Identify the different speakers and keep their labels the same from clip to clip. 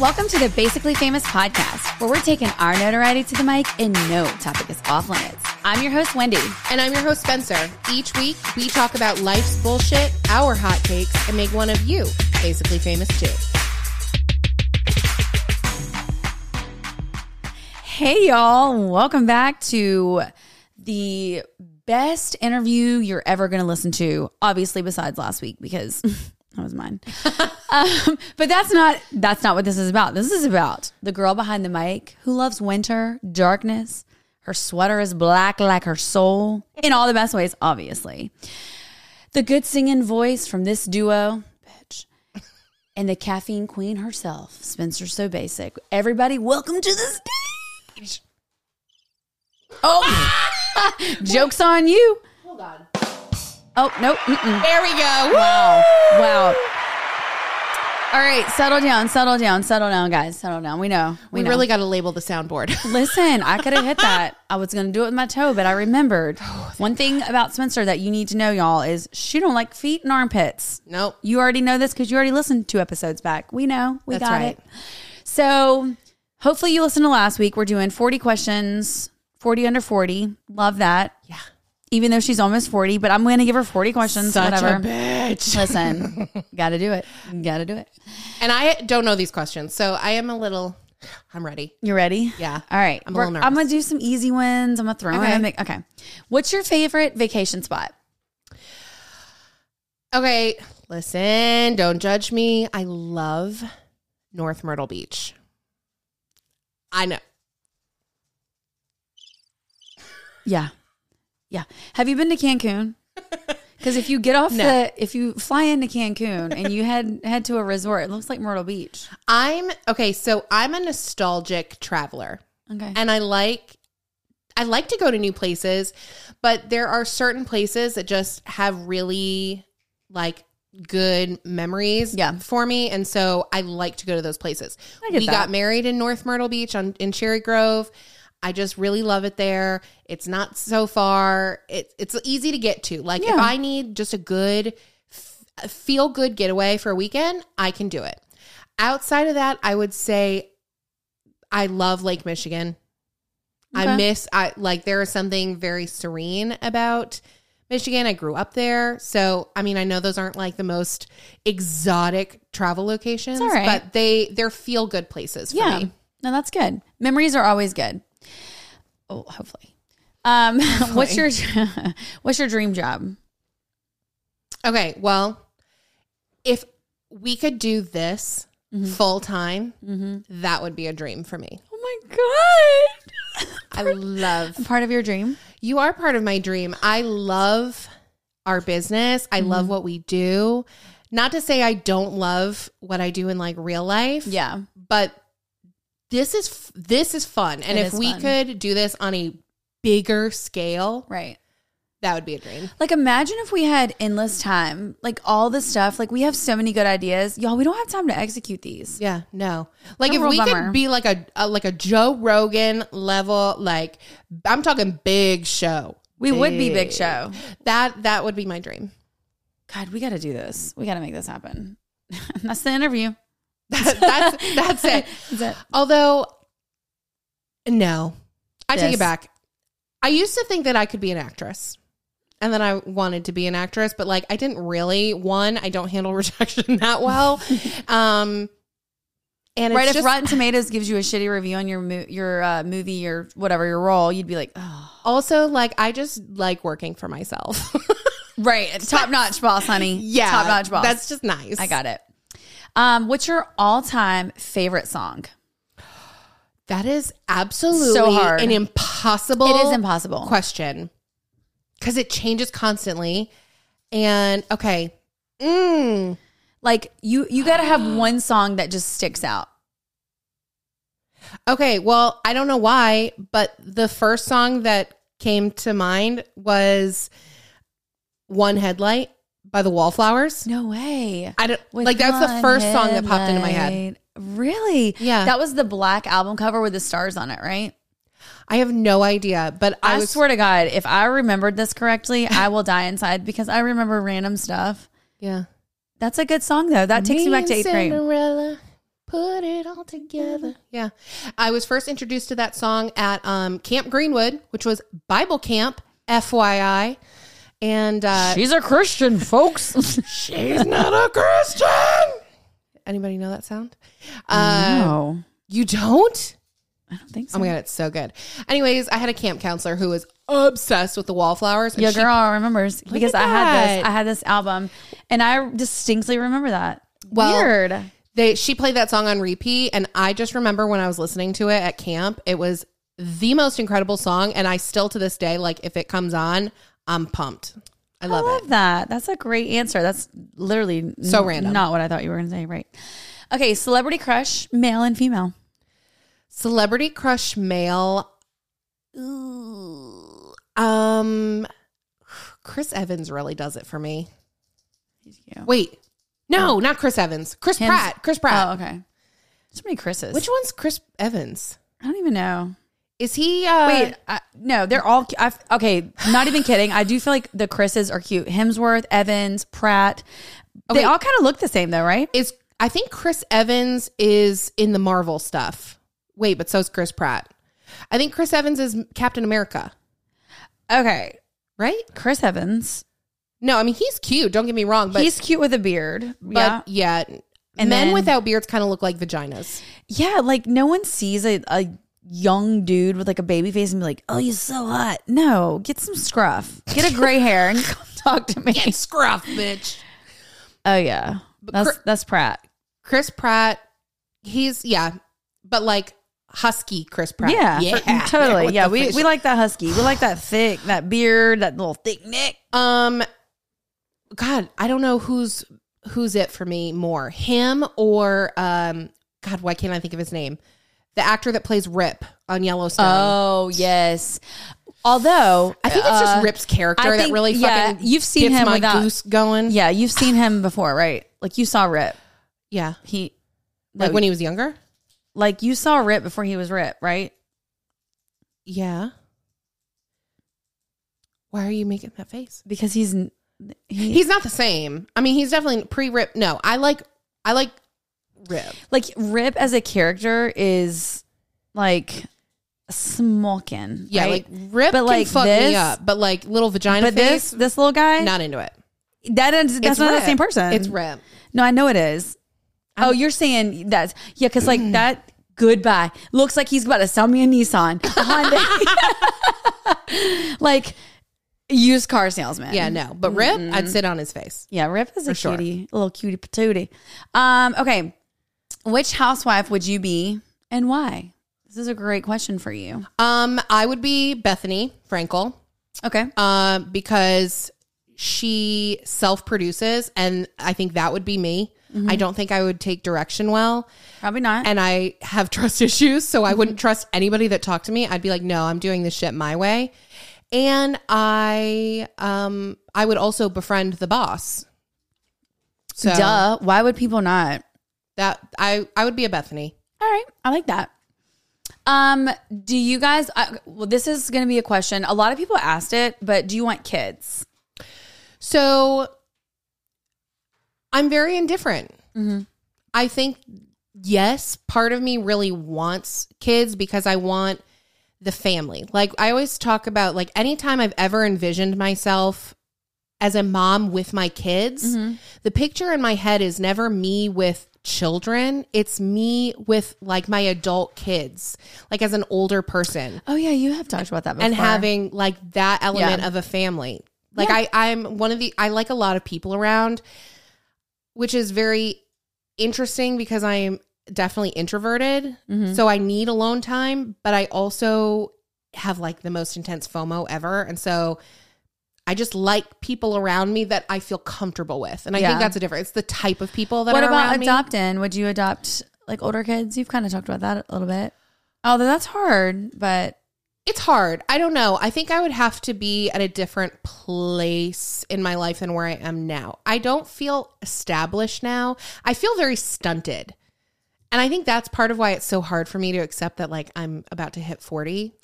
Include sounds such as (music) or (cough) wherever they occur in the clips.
Speaker 1: Welcome to the Basically Famous podcast, where we're taking our notoriety to the mic and no topic is off limits. I'm your host, Wendy.
Speaker 2: And I'm your host, Spencer. Each week, we talk about life's bullshit, our hot takes, and make one of you basically famous too.
Speaker 1: Hey, y'all. Welcome back to the best interview you're ever going to listen to, obviously, besides last week, because. (laughs) That was mine, um, but that's not that's not what this is about. This is about the girl behind the mic who loves winter, darkness, her sweater is black like her soul, in all the best ways, obviously. The good singing voice from this duo, bitch, and the caffeine queen herself, Spencer So Basic. Everybody, welcome to the stage. Oh, (laughs) joke's on you.
Speaker 2: Hold on.
Speaker 1: Oh, no. Mm-mm.
Speaker 2: There we go.
Speaker 1: Wow. Wow. All right, settle down, settle down, settle down, guys. Settle down. We know.
Speaker 2: We,
Speaker 1: We, know.
Speaker 2: really got to label the soundboard. (laughs)
Speaker 1: Listen, I could have hit that. I was going to do it with my toe, but I remembered.
Speaker 2: Oh,
Speaker 1: One thing about Spencer that you need to know, y'all, is she don't like feet and armpits.
Speaker 2: nope.
Speaker 1: You already know this because you already listened two episodes back. We know. We
Speaker 2: That's
Speaker 1: got
Speaker 2: right.
Speaker 1: it. So hopefully you listened to last week. We're doing 40 questions, 40 under 40. Love that.
Speaker 2: Yeah.
Speaker 1: Even though she's almost 40, but I'm going to give her 40 questions.
Speaker 2: Such
Speaker 1: whatever.
Speaker 2: a
Speaker 1: (laughs)
Speaker 2: bitch.
Speaker 1: Listen, got to do it. Got to do it.
Speaker 2: And I don't know these questions, so I am a little. I'm ready.
Speaker 1: You ready?
Speaker 2: Yeah.
Speaker 1: All right.
Speaker 2: I'm a
Speaker 1: We're-
Speaker 2: little nervous.
Speaker 1: I'm gonna do some easy ones. I'm gonna throw
Speaker 2: Okay.
Speaker 1: in. a- Okay. What's your favorite vacation spot?
Speaker 2: Okay, listen, don't judge me. I love North Myrtle Beach. I know.
Speaker 1: Yeah. Yeah. Have you been to
Speaker 2: (laughs)
Speaker 1: Cancun? Because if you get off
Speaker 2: No.
Speaker 1: the, if you fly into Cancun and you head (laughs) head to a resort, it looks like Myrtle Beach.
Speaker 2: I'm okay, so I'm a nostalgic traveler.
Speaker 1: Okay.
Speaker 2: and I like I like to go to new places, but there are certain places that just have really like good memories
Speaker 1: Yeah.
Speaker 2: for me and so I like to go to those places.
Speaker 1: I get
Speaker 2: We
Speaker 1: that.
Speaker 2: got married in North Myrtle Beach on in Cherry Grove. I just really love it there. It's not so far. It, it's easy to get to. Like
Speaker 1: Yeah.
Speaker 2: if I need just a good feel good getaway for a weekend, I can do it. Outside of that, I would say I love Lake Michigan.
Speaker 1: Okay.
Speaker 2: I miss I like there is something very serene about Michigan. I grew up there. So, I mean, I know those aren't like the most exotic travel locations,
Speaker 1: all right.
Speaker 2: but they they're feel good places for
Speaker 1: yeah.
Speaker 2: me.
Speaker 1: No, that's good. Memories are always good. Oh, hopefully.
Speaker 2: (laughs)
Speaker 1: Um, (laughs) what's your (laughs) what's your dream job?
Speaker 2: Okay, well, if we could do this
Speaker 1: Mm-hmm.
Speaker 2: full time, that would be a dream for me.
Speaker 1: Oh my
Speaker 2: I love
Speaker 1: god! (laughs) Part of your dream.
Speaker 2: You are part of my dream. I love our business. I love
Speaker 1: Mm-hmm.
Speaker 2: what we do. Not to say I don't love what I do in like real life.
Speaker 1: Yeah.
Speaker 2: But this is f- this is fun. And
Speaker 1: It
Speaker 2: if
Speaker 1: is
Speaker 2: we
Speaker 1: fun.
Speaker 2: could do this on a bigger scale,
Speaker 1: Right.
Speaker 2: that would be a dream.
Speaker 1: Like, imagine if we had endless time, like all the stuff. Like, we have so many good ideas, y'all. We don't have time to execute these.
Speaker 2: Yeah, no. Like
Speaker 1: A
Speaker 2: if
Speaker 1: real
Speaker 2: we
Speaker 1: bummer.
Speaker 2: could be like a, a like a Joe Rogan level like I'm talking big show.
Speaker 1: We would be Big Show.
Speaker 2: That that would be my dream. (laughs)
Speaker 1: God, we got to do this. We got to make this happen. (laughs) That's the interview. (laughs)
Speaker 2: that's that's it.
Speaker 1: Is it?
Speaker 2: Although, no, I take
Speaker 1: This.
Speaker 2: it back. I used to think that I could be an actress. And then I wanted to be an actress, but like I didn't really. One, I don't handle (laughs) rejection
Speaker 1: (laughs)
Speaker 2: that well. Um, and
Speaker 1: Right.
Speaker 2: it's
Speaker 1: If
Speaker 2: just,
Speaker 1: Rotten Tomatoes gives you a shitty review on your mo- your uh, movie or whatever your role, you'd be like, oh,
Speaker 2: also like I just like working for myself. (laughs)
Speaker 1: right, top notch boss, honey. top notch boss.
Speaker 2: That's just nice.
Speaker 1: I got it. Um, what's your all time favorite song?
Speaker 2: that is absolutely
Speaker 1: hard.
Speaker 2: an impossible.
Speaker 1: It is impossible.
Speaker 2: question because it changes constantly. And okay, mm,
Speaker 1: Like you you got to
Speaker 2: (gasps)
Speaker 1: have one song that just sticks out.
Speaker 2: Okay, well, I don't know why, but the first song that came to mind was One Headlight by the Wallflowers.
Speaker 1: No way.
Speaker 2: I don't like that's the
Speaker 1: one
Speaker 2: first song that popped into my head.
Speaker 1: headlight. Really?
Speaker 2: Yeah.
Speaker 1: That was the black album cover with the stars on it, right?
Speaker 2: I have no idea, but
Speaker 1: I,
Speaker 2: I, was,
Speaker 1: swear to God, if I remembered this correctly, I will die inside because I remember random stuff.
Speaker 2: yeah.
Speaker 1: That's a good song though. That takes me back to
Speaker 2: and
Speaker 1: eighth grade.
Speaker 2: Cinderella, put it all together. Yeah. I was first introduced to that song at um, Camp Greenwood, which was Bible camp, FYI. And uh,
Speaker 1: She's a Christian, (laughs) folks.
Speaker 2: she's not a Christian. Anybody know that sound? (laughs) Uh,
Speaker 1: no,
Speaker 2: You don't?
Speaker 1: I don't think so.
Speaker 2: Oh my God, it's so good. Anyways, I had a camp counselor who was obsessed with the wallflowers. and
Speaker 1: Your
Speaker 2: she-
Speaker 1: girl remembers because
Speaker 2: at
Speaker 1: I had this.
Speaker 2: that.
Speaker 1: I had this album, and I distinctly remember that.
Speaker 2: Well,
Speaker 1: Weird.
Speaker 2: They she played that song on repeat, and I just remember when I was listening to it at camp, it was the most incredible song, and I still to this day like if it comes on, I'm pumped. I
Speaker 1: I
Speaker 2: love,
Speaker 1: love
Speaker 2: it.
Speaker 1: that. That's a great answer. That's literally n-
Speaker 2: So random.
Speaker 1: Not what I thought you were going to say. Right. Okay. Celebrity crush, male and female.
Speaker 2: Celebrity crush male. Ooh. Um, Chris Evans really does it for me.
Speaker 1: cute.
Speaker 2: Wait, no, not Chris Evans. Chris
Speaker 1: Him-
Speaker 2: Pratt. Chris Pratt.
Speaker 1: Oh, okay. So many Chris's.
Speaker 2: Which one's Chris Evans?
Speaker 1: I don't even know.
Speaker 2: Is he? Uh,
Speaker 1: Wait, I, no, they're all. cu- I've, okay, not even kidding. I do feel like the Chris's are cute. Hemsworth, Evans, Pratt.
Speaker 2: Okay.
Speaker 1: They all kind of look the same though, right?
Speaker 2: is I think Chris Evans is in the Marvel stuff. Wait, but so's Chris Pratt. I think Chris Evans is Captain America,
Speaker 1: Okay,
Speaker 2: right?
Speaker 1: Chris Evans.
Speaker 2: No, I mean he's cute. Don't get me wrong, but
Speaker 1: He's cute with a beard. yeah.
Speaker 2: but yeah,
Speaker 1: And
Speaker 2: men
Speaker 1: then-
Speaker 2: without beards kind of look like vaginas.
Speaker 1: Yeah, like no one sees a, a young dude with like a baby face and be like, "Oh, you're so hot." No, get some scruff, get a gray hair, and come (laughs) talk to me.
Speaker 2: scruff, bitch.
Speaker 1: Oh yeah, that's
Speaker 2: Cr-
Speaker 1: that's Pratt.
Speaker 2: Chris Pratt, he's yeah, but like husky Chris Pratt.
Speaker 1: Yeah, Mm,
Speaker 2: yeah,
Speaker 1: totally.
Speaker 2: With
Speaker 1: Yeah,
Speaker 2: the
Speaker 1: we,
Speaker 2: fish.
Speaker 1: we like that husky. We like that thick, that beard, that little thick neck.
Speaker 2: Um, God, I don't know who's who's it for me more, him or um, God, why can't I think of his name? The actor that plays Rip on Yellowstone.
Speaker 1: Oh yes. Although
Speaker 2: I think it's
Speaker 1: uh,
Speaker 2: just Rip's character
Speaker 1: I
Speaker 2: that
Speaker 1: think-
Speaker 2: really
Speaker 1: yeah,
Speaker 2: fucking
Speaker 1: you've seen
Speaker 2: gets
Speaker 1: him
Speaker 2: my
Speaker 1: without-
Speaker 2: goose going.
Speaker 1: Yeah, you've seen him before, right? Like you saw Rip.
Speaker 2: yeah.
Speaker 1: He
Speaker 2: Like
Speaker 1: No,
Speaker 2: when he was younger.
Speaker 1: like you saw Rip before he was Rip, right?
Speaker 2: Yeah. Why are you making that face?
Speaker 1: Because he's n- he,
Speaker 2: He's not the same. I mean, he's definitely pre-Rip. No, I like I like Rip.
Speaker 1: like Rip as a character is like smoking.
Speaker 2: Yeah,
Speaker 1: right?
Speaker 2: like Rip
Speaker 1: But
Speaker 2: can
Speaker 1: like
Speaker 2: fuck
Speaker 1: this-
Speaker 2: me up, but like little vagina
Speaker 1: but
Speaker 2: face,
Speaker 1: this this little guy
Speaker 2: not into it.
Speaker 1: that is that's
Speaker 2: It's
Speaker 1: not
Speaker 2: Rip.
Speaker 1: the same person.
Speaker 2: It's Rip.
Speaker 1: No, I know it is. oh, you're saying that's yeah, because like that goodbye looks like he's about to sell me a Nissan, (laughs) a Hyundai. like (laughs) used car salesman.
Speaker 2: Yeah, no. But Rip, I'd sit on his face.
Speaker 1: yeah. Rip is a
Speaker 2: sure.
Speaker 1: cutie, a little cutie patootie. Um, okay, which housewife would you be and why? This is a great question for you.
Speaker 2: Um, I would be Bethany Frankel,
Speaker 1: Okay,
Speaker 2: uh, because she self produces, and I think that would be me. I don't think I would take direction well,
Speaker 1: probably not.
Speaker 2: and I have (laughs) trust issues, so I wouldn't trust anybody that talked to me. I'd be like, no, I'm doing this shit my way, and I, um, I would also befriend the boss. So
Speaker 1: Duh. Why would people not?
Speaker 2: that I, I would be a Bethany.
Speaker 1: All right, I like that. Um, do you guys? Uh, well, this is going to be a question. A lot of people asked it, but do you want kids?
Speaker 2: So I'm very indifferent. I think, yes, part of me really wants kids because I want the family. Like, I always talk about, like, anytime I've ever envisioned myself as a mom with my kids, the picture in my head is never me with children, it's me with like my adult kids, like as an older person
Speaker 1: Oh yeah, you have talked about that before.
Speaker 2: and having like that element
Speaker 1: Yeah.
Speaker 2: of a family. Like I, I'm one of the I like a lot of people around, which is very interesting because I am definitely introverted.
Speaker 1: Mm-hmm.
Speaker 2: So I need alone time, but I also have like the most intense FOMO ever. And so I just like people around me that I feel comfortable with. And I
Speaker 1: Yeah.
Speaker 2: think that's a difference. It's the type of people that
Speaker 1: What
Speaker 2: are
Speaker 1: about
Speaker 2: around me.
Speaker 1: adopting? Would you adopt like older kids? You've kind of talked about that a little bit. Although that's hard, but
Speaker 2: it's hard. I don't know. I think I would have to be at a different place in my life than where I am now. I don't feel established now. I feel very stunted. And I think that's part of why it's so hard for me to accept that like I'm about to
Speaker 1: (gasps)
Speaker 2: hit 40.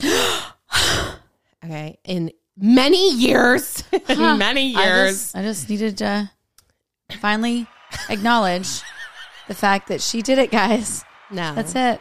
Speaker 2: okay. In many years. (laughs) In many
Speaker 1: Ah, I
Speaker 2: years.
Speaker 1: just, I just needed to finally acknowledge the fact that she did it, guys.
Speaker 2: no.
Speaker 1: That's it.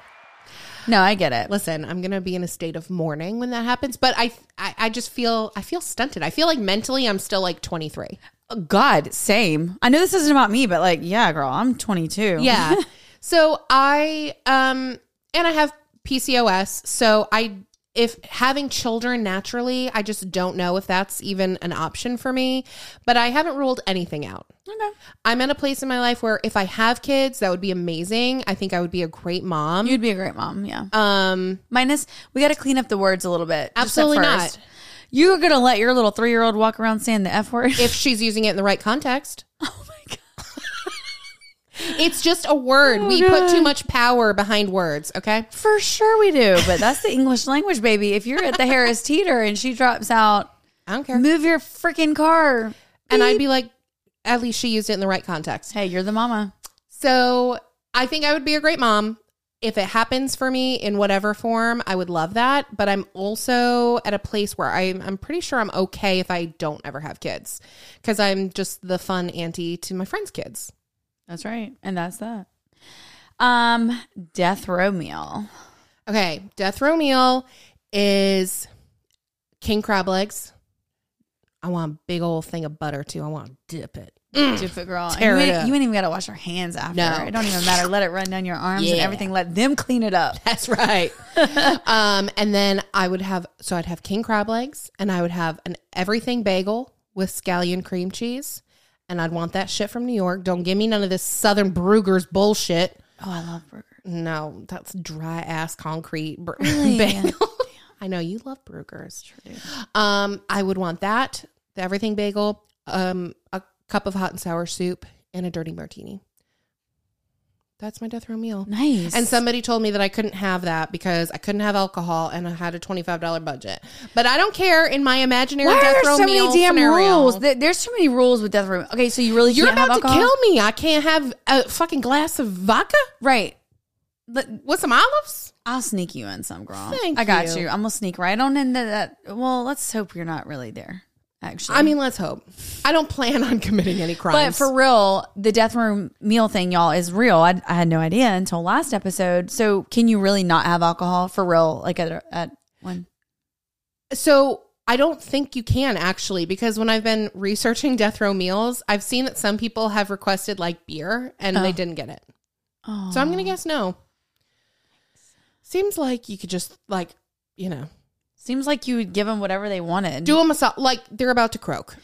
Speaker 1: No, I get it.
Speaker 2: Listen, I'm gonna be in a state of mourning when that happens, but I, I, I just feel, I feel stunted. I feel like mentally, I'm still like 23.
Speaker 1: Uh, God, same. I know this isn't about me, but like, yeah, girl, I'm 22. (laughs)
Speaker 2: Yeah. so I um and I have PCOS, so I if having children naturally, I just don't know if that's even an option for me, but I haven't ruled anything out.
Speaker 1: Okay.
Speaker 2: I'm in a place in my life where if I have kids, that would be amazing. I think I would be a great mom.
Speaker 1: You'd be a great mom. Yeah.
Speaker 2: um
Speaker 1: Minus, we got to clean up the words a little bit. just at
Speaker 2: Absolutely not.
Speaker 1: first. You're going to let your little three year old walk around saying the F word.
Speaker 2: if she's using it in the right context. Oh my god. (laughs) It's just a word. we put too much power behind words, okay?
Speaker 1: (laughs) For sure we do, but that's the English language, baby. If you're at the Harris Teeter and she drops
Speaker 2: (laughs)
Speaker 1: out,
Speaker 2: I don't care.
Speaker 1: move your freaking car.
Speaker 2: And I'd be like, at least she used it in the right context.
Speaker 1: Hey, you're the mama.
Speaker 2: So I think I would be a great mom. If it happens for me in whatever form, I would love that. But I'm also at a place where I'm, I'm pretty sure I'm okay if I don't ever have kids because I'm just the fun auntie to my friends' kids.
Speaker 1: That's right. And that's that. Um, death row meal.
Speaker 2: Okay, death row meal is king crab legs. I want a big old thing of butter too. I want to dip it.
Speaker 1: Dip it, girl. And
Speaker 2: Mm. Tear
Speaker 1: you,
Speaker 2: it
Speaker 1: ain't-
Speaker 2: up.
Speaker 1: you ain't even gotta wash your hands after.
Speaker 2: No.
Speaker 1: It don't even matter. Let it run down your arms and
Speaker 2: Yeah.
Speaker 1: everything. Let them clean it up.
Speaker 2: (laughs) That's right. um, and then I would have, so I'd have king crab legs and I would have an everything bagel with scallion cream cheese. And I'd want that shit from New York. Don't give me none of this Southern Brugger's bullshit.
Speaker 1: Oh, I love burgers.
Speaker 2: No, that's dry ass concrete br- (laughs) bagel. I know you love Brugger's. Um, I would want that, the everything bagel, um, a cup of hot and sour soup, and a dirty martini. That's my death row meal.
Speaker 1: Nice.
Speaker 2: And somebody told me that I couldn't have that because I couldn't have alcohol and I had a $25 budget. But I don't care in my imaginary
Speaker 1: why are
Speaker 2: death
Speaker 1: there
Speaker 2: row
Speaker 1: so
Speaker 2: meal
Speaker 1: many damn
Speaker 2: scenario.
Speaker 1: rules? There- There's so many rules with death row. Okay, so you really
Speaker 2: You're
Speaker 1: can't have
Speaker 2: about to
Speaker 1: alcohol?
Speaker 2: kill me. I can't have a fucking glass of vodka
Speaker 1: Right. Let-
Speaker 2: with some olives.
Speaker 1: I'll sneak you in some, girl.
Speaker 2: Thank
Speaker 1: I got
Speaker 2: you.
Speaker 1: you. I'm gonna sneak right on into that. Well, let's hope you're not really there. Actually,
Speaker 2: I mean, let's hope. I don't plan on (laughs) committing any
Speaker 1: but
Speaker 2: crimes.
Speaker 1: for real, the death room meal thing, y'all, is real. I, I had no idea until last episode. So, can you really not have alcohol for real? Like at at one?
Speaker 2: So I don't think you can actually, because when I've been researching death row meals, I've seen that some people have requested like beer and they didn't get it.
Speaker 1: Oh,
Speaker 2: So I'm gonna guess no. Seems like you could just like you know
Speaker 1: seems like you would give them whatever they wanted.
Speaker 2: do them a sol- like they're about to croak.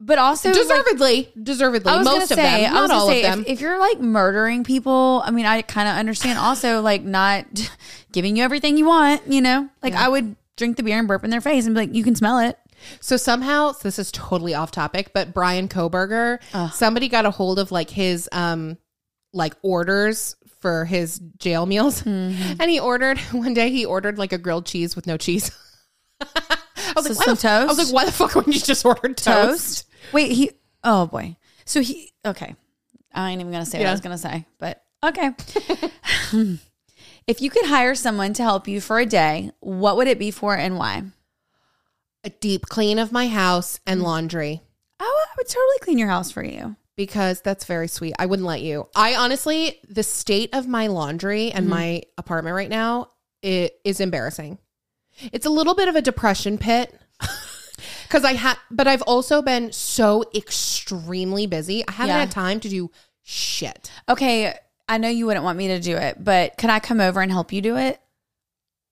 Speaker 1: but also like,
Speaker 2: Deservedly, deservedly.
Speaker 1: I was
Speaker 2: most
Speaker 1: gonna say,
Speaker 2: of them,
Speaker 1: I was
Speaker 2: not
Speaker 1: gonna
Speaker 2: all
Speaker 1: say,
Speaker 2: of them.
Speaker 1: If, if you're like murdering people, I mean, I kind of understand. Also, like not (laughs) giving you everything you want. You know, like I would drink the beer and burp in their face and be like, "You can smell it."
Speaker 2: So somehow this is totally off topic, but Brian Koberger, somebody got a hold of like his um like orders for his jail meals. And he ordered (laughs) one day he ordered like a grilled cheese with no cheese. (laughs) I was
Speaker 1: So
Speaker 2: like, why the,
Speaker 1: some
Speaker 2: f- I was
Speaker 1: toast?
Speaker 2: like, why the fuck wouldn't you just order toast?
Speaker 1: Toast. Wait, he. Oh boy. So he. Okay. I ain't even gonna say what
Speaker 2: Yeah.
Speaker 1: I was gonna say, but okay. (laughs) if you could hire someone to help you for a day, what would it be for and why?
Speaker 2: A deep clean of my house and laundry.
Speaker 1: Oh, I would totally clean your house for you.
Speaker 2: because that's very sweet. I wouldn't let you. I honestly, the state of my laundry and
Speaker 1: Mm-hmm.
Speaker 2: my apartment right now it is embarrassing. It's a little bit of a depression pit. (laughs) Cause I had, but I've also been so extremely busy. I haven't
Speaker 1: Yeah.
Speaker 2: had time to do shit.
Speaker 1: Okay, I know you wouldn't want me to do it, but could I come over and help you do it?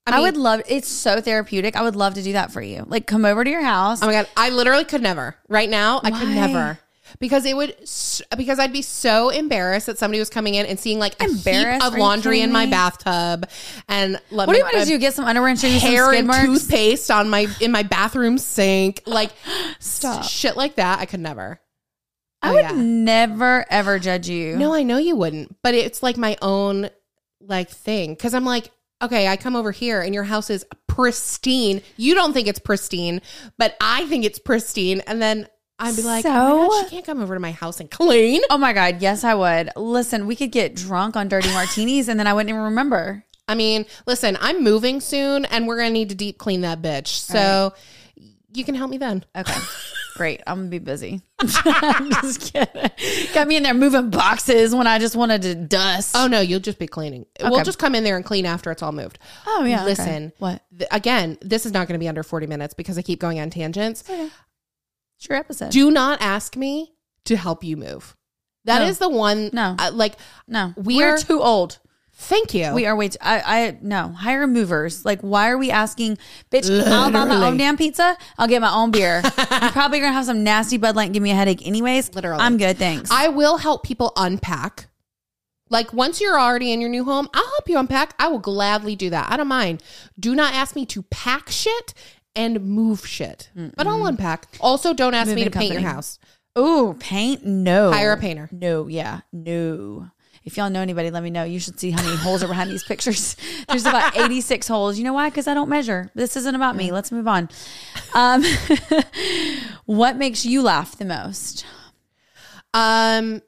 Speaker 1: I,
Speaker 2: mean-
Speaker 1: would love. It's so therapeutic. I would love to do that for you. Like, come over to your house.
Speaker 2: Oh my god, I literally could never. Right now, I could
Speaker 1: Why?
Speaker 2: never because it would s- because I'd be so embarrassed that somebody was coming in and seeing like a heap
Speaker 1: Embarrassed?
Speaker 2: of
Speaker 1: Are you
Speaker 2: laundry in
Speaker 1: kidding
Speaker 2: my
Speaker 1: me?
Speaker 2: bathtub and let
Speaker 1: What do
Speaker 2: me
Speaker 1: you want to do? Get some underwear and show you some
Speaker 2: hair
Speaker 1: skid
Speaker 2: and
Speaker 1: marks?
Speaker 2: toothpaste on my in my
Speaker 1: (gasps)
Speaker 2: bathroom sink like
Speaker 1: Stop.
Speaker 2: shit like that I could never
Speaker 1: I
Speaker 2: Oh,
Speaker 1: would
Speaker 2: yeah.
Speaker 1: never ever judge you.
Speaker 2: No, I know you wouldn't, but it's like my own like thing cuz I'm like, okay, I come over here and your house is pristine. You don't think it's pristine, but I think it's pristine and then I'd be like, oh my
Speaker 1: So?
Speaker 2: gosh, you can't come over to my house and clean.
Speaker 1: Oh my god, yes I would. Listen, we could get drunk on dirty martinis and then I wouldn't even remember.
Speaker 2: I mean, listen, I'm moving soon and we're going to need to deep clean that bitch. So you can help me then.
Speaker 1: Okay. Great. I'm gonna be busy. (laughs) I'm just kidding. Got me in there moving boxes when I just wanted to dust.
Speaker 2: Oh no, you'll just be cleaning. We'll just come in there and clean after it's all moved.
Speaker 1: Oh, yeah, okay.
Speaker 2: Listen.
Speaker 1: What?
Speaker 2: th- again, this is not going to be under 40 minutes because I keep going on tangents.
Speaker 1: Oh, It's your episode.
Speaker 2: Do not ask me to help you move. That is
Speaker 1: No.
Speaker 2: the one.
Speaker 1: No.
Speaker 2: uh, like,
Speaker 1: no.
Speaker 2: we
Speaker 1: We're
Speaker 2: are-
Speaker 1: too old.
Speaker 2: thank you.
Speaker 1: We are way too I, I no. Hire movers. Like why are we asking bitch, I'll buy my own
Speaker 2: Literally.
Speaker 1: damn pizza, I'll get my own beer.
Speaker 2: (laughs)
Speaker 1: You're probably gonna have some nasty Bud Light and give me a headache anyways.
Speaker 2: Literally.
Speaker 1: I'm good, thanks.
Speaker 2: I will help people unpack. Like, once you're already in your new home, I'll help you unpack. I will gladly do that. I don't mind. Do not ask me to pack shit and move shit, but I'll unpack. Also, don't ask me to
Speaker 1: Moving
Speaker 2: paint your
Speaker 1: company.
Speaker 2: house.
Speaker 1: Ooh, paint? No.
Speaker 2: Hire a painter.
Speaker 1: No, yeah, no. If y'all know anybody, let me know. You should see how many holes are behind these pictures. (laughs) There's about 86 holes. You know why? Because I don't measure. This isn't about me. Let's move on. Um, (laughs) what makes you laugh the most?
Speaker 2: Um,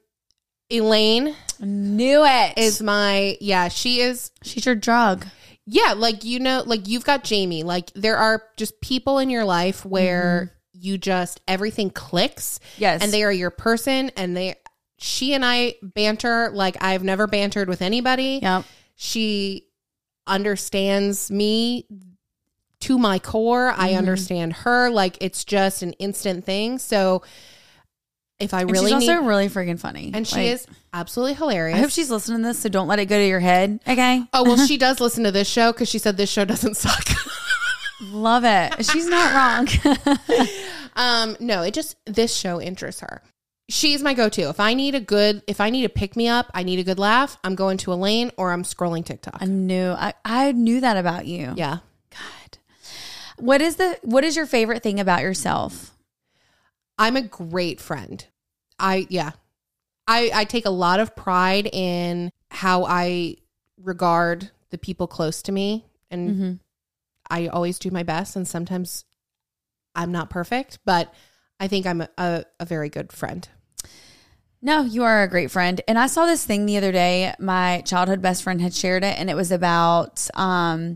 Speaker 2: Elaine
Speaker 1: Knew it.
Speaker 2: is my, yeah, she is
Speaker 1: She's your drug.
Speaker 2: Yeah, like you know, like you've got Jamie. Like there are just people in your life where you just everything clicks.
Speaker 1: Mm-hmm. Yes.
Speaker 2: And they are your person and they she and I banter like I've never bantered with anybody.
Speaker 1: Yep.
Speaker 2: She understands me to my core. I
Speaker 1: Mm-hmm.
Speaker 2: understand her. Like it's just an instant thing. So if I
Speaker 1: And
Speaker 2: really
Speaker 1: she's
Speaker 2: need
Speaker 1: also really freaking funny.
Speaker 2: and she
Speaker 1: Like,
Speaker 2: is absolutely hilarious.
Speaker 1: I hope she's listening to this, so don't let it go to your head. Okay.
Speaker 2: oh well she does listen to this show because she said this show doesn't (laughs) suck.
Speaker 1: Love it. She's not wrong. (laughs)
Speaker 2: Um, no, it just this show interests her. She's my go-to. If I need a good, if I need a pick me up, I need a good laugh. I'm going to Elaine or I'm scrolling TikTok.
Speaker 1: I knew. I, I knew that about you.
Speaker 2: yeah,
Speaker 1: What is the what is your favorite thing about yourself?
Speaker 2: I'm a great friend. I yeah, I I take a lot of pride in how I regard the people close to me, and I always do my best. And sometimes I'm not perfect, but I think I'm a, a, a very good friend.
Speaker 1: No, you are a great friend. And I saw this thing the other day. My childhood best friend had shared it, and it was about um,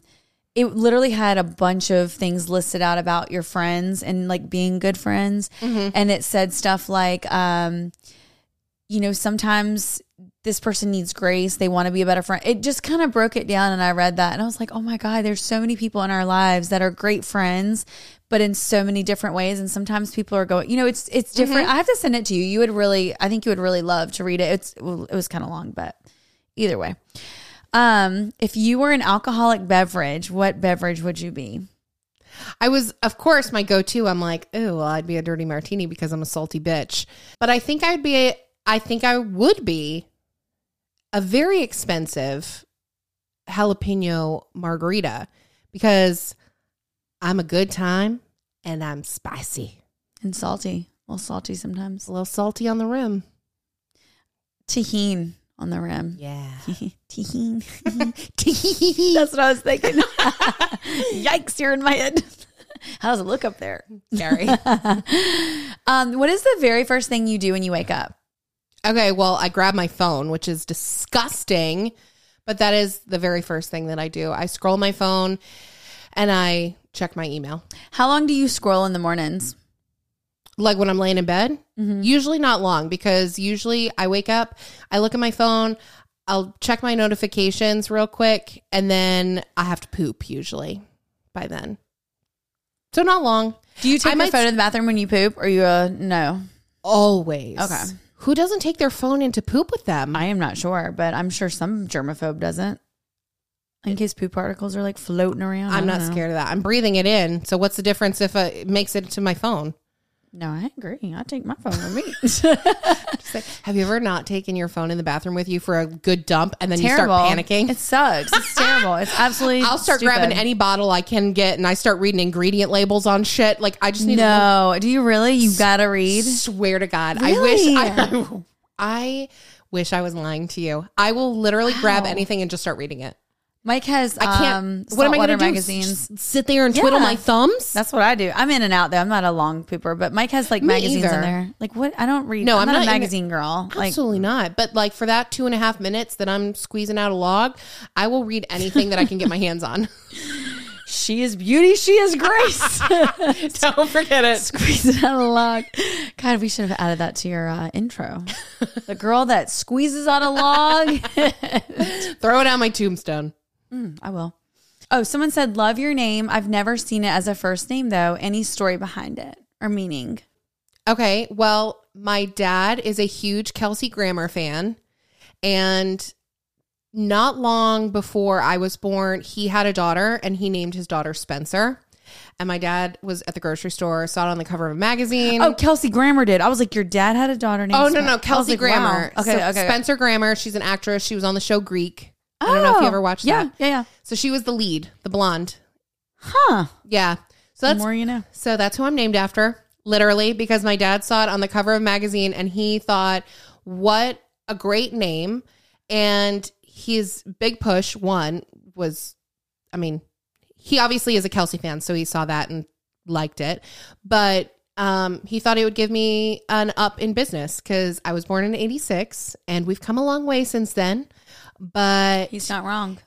Speaker 1: it literally had a bunch of things listed out about your friends and like being good friends. And it said stuff like, um, you know, sometimes this person needs grace. They want to be a better friend. It just kind of broke it down. And I read that and I was like, oh my God, there's so many people in our lives that are great friends, but in so many different ways. And sometimes people are going, you know, it's, it's different. I have to send it to you. You would really, I think you would really love to read it. It's, well, it was kind of long, but either way. Um, if you were an alcoholic beverage, what beverage would you be?
Speaker 2: I was, of course, my go-to. I'm like, oh, well, I'd be a dirty martini because I'm a salty bitch. But I think I'd be, a, I think I would be a very expensive jalapeno margarita because I'm a good time and I'm spicy.
Speaker 1: And salty. A little salty sometimes.
Speaker 2: It's a little salty on the rim.
Speaker 1: Tahine on the rim.
Speaker 2: Yeah.
Speaker 1: (laughs) Tahine. That's what I was thinking. (laughs) Yikes, you're in my head. (laughs) How does it look up there?
Speaker 2: Sorry.
Speaker 1: (laughs) Um, what is the very first thing you do when you wake up?
Speaker 2: okay. Well, I grab my phone, which is disgusting, but that is the very first thing that I do. I scroll my phone and I check my email.
Speaker 1: How long do you scroll in the mornings?
Speaker 2: like when I'm laying in bed,
Speaker 1: Mm-hmm.
Speaker 2: usually not long because usually I wake up, I look at my phone, I'll check my notifications real quick, and then I have to poop usually by then. So not long.
Speaker 1: Do you
Speaker 2: I
Speaker 1: take
Speaker 2: might
Speaker 1: your phone to the bathroom when you poop? Or you uh no?
Speaker 2: Always.
Speaker 1: Okay.
Speaker 2: Who doesn't take their phone into poop with them?
Speaker 1: I am not sure, but I'm sure some germaphobe doesn't. In case poop particles are like floating around. I
Speaker 2: I'm
Speaker 1: don't
Speaker 2: not
Speaker 1: know.
Speaker 2: scared of that. I'm breathing it in. So what's the difference if uh, it makes it to my phone?
Speaker 1: No, I agree. I take my phone with
Speaker 2: (laughs)
Speaker 1: me. (laughs)
Speaker 2: It's like, have you ever not taken your phone in the bathroom with you for a good dump and then
Speaker 1: terrible.
Speaker 2: you start panicking?
Speaker 1: It sucks. It's terrible. It's absolutely.
Speaker 2: (laughs) I'll start
Speaker 1: stupid.
Speaker 2: grabbing any bottle I can get and I start reading ingredient labels on shit. Like I just need to
Speaker 1: No, do you really? You gotta read.
Speaker 2: swear to God.
Speaker 1: Really?
Speaker 2: I (laughs) wish I, I wish I was lying to you. I will literally grab anything and just start reading it.
Speaker 1: Mike has.
Speaker 2: I can't.
Speaker 1: Um,
Speaker 2: what am
Speaker 1: saltwater
Speaker 2: I going to do?
Speaker 1: Magazines.
Speaker 2: Just sit there and twiddle
Speaker 1: Yeah.
Speaker 2: my thumbs?
Speaker 1: That's what I do. I'm in and out though. I'm not a long pooper, but Mike has like
Speaker 2: Me
Speaker 1: magazines
Speaker 2: either.
Speaker 1: in there. Like what? I don't read.
Speaker 2: No,
Speaker 1: I'm,
Speaker 2: I'm
Speaker 1: not,
Speaker 2: not
Speaker 1: a
Speaker 2: in it.
Speaker 1: magazine girl. Like
Speaker 2: Absolutely not. But like for that two and a half minutes that I'm squeezing out a log, I will read anything that I can get my hands on.
Speaker 1: (laughs) she is beauty. She is
Speaker 2: (laughs)
Speaker 1: grace.
Speaker 2: Don't forget it.
Speaker 1: Squeeze it out a log. God, we should have added that to your uh, intro. the girl that squeezes out a log. (laughs)
Speaker 2: Throw it on my tombstone.
Speaker 1: I will. Oh, someone said, Love your name. I've never seen it as a first name, though. Any story behind it or meaning?
Speaker 2: Okay. Well, my dad is a huge Kelsey Grammer fan. And not long before I was born, he had a daughter and he named his daughter Spencer. And my dad was at the grocery store, saw it on the cover of a magazine.
Speaker 1: Oh, Kelsey Grammer did. I was like, Your dad had a daughter named
Speaker 2: Oh, no,
Speaker 1: Spen-" I
Speaker 2: no.
Speaker 1: was
Speaker 2: Kelsey
Speaker 1: like,
Speaker 2: Grammer.
Speaker 1: wow. Okay,
Speaker 2: So
Speaker 1: okay. okay.
Speaker 2: Spencer Grammer. She's an actress. She was on the show Greek. I don't know if you
Speaker 1: Oh,
Speaker 2: ever watched
Speaker 1: yeah,
Speaker 2: that.
Speaker 1: Yeah, yeah,
Speaker 2: So she was the lead, the blonde.
Speaker 1: Huh.
Speaker 2: Yeah. So
Speaker 1: The
Speaker 2: that's
Speaker 1: more you know.
Speaker 2: so that's who I'm named after, literally, because my dad saw it on the cover of a magazine and he thought, what a great name. And his big push, one, was, I mean, he obviously is a Kelsey fan, so he saw that and liked it. But um, he thought it would give me an up in business because I was born in 86 and we've come a long way since then. But
Speaker 1: He's not wrong.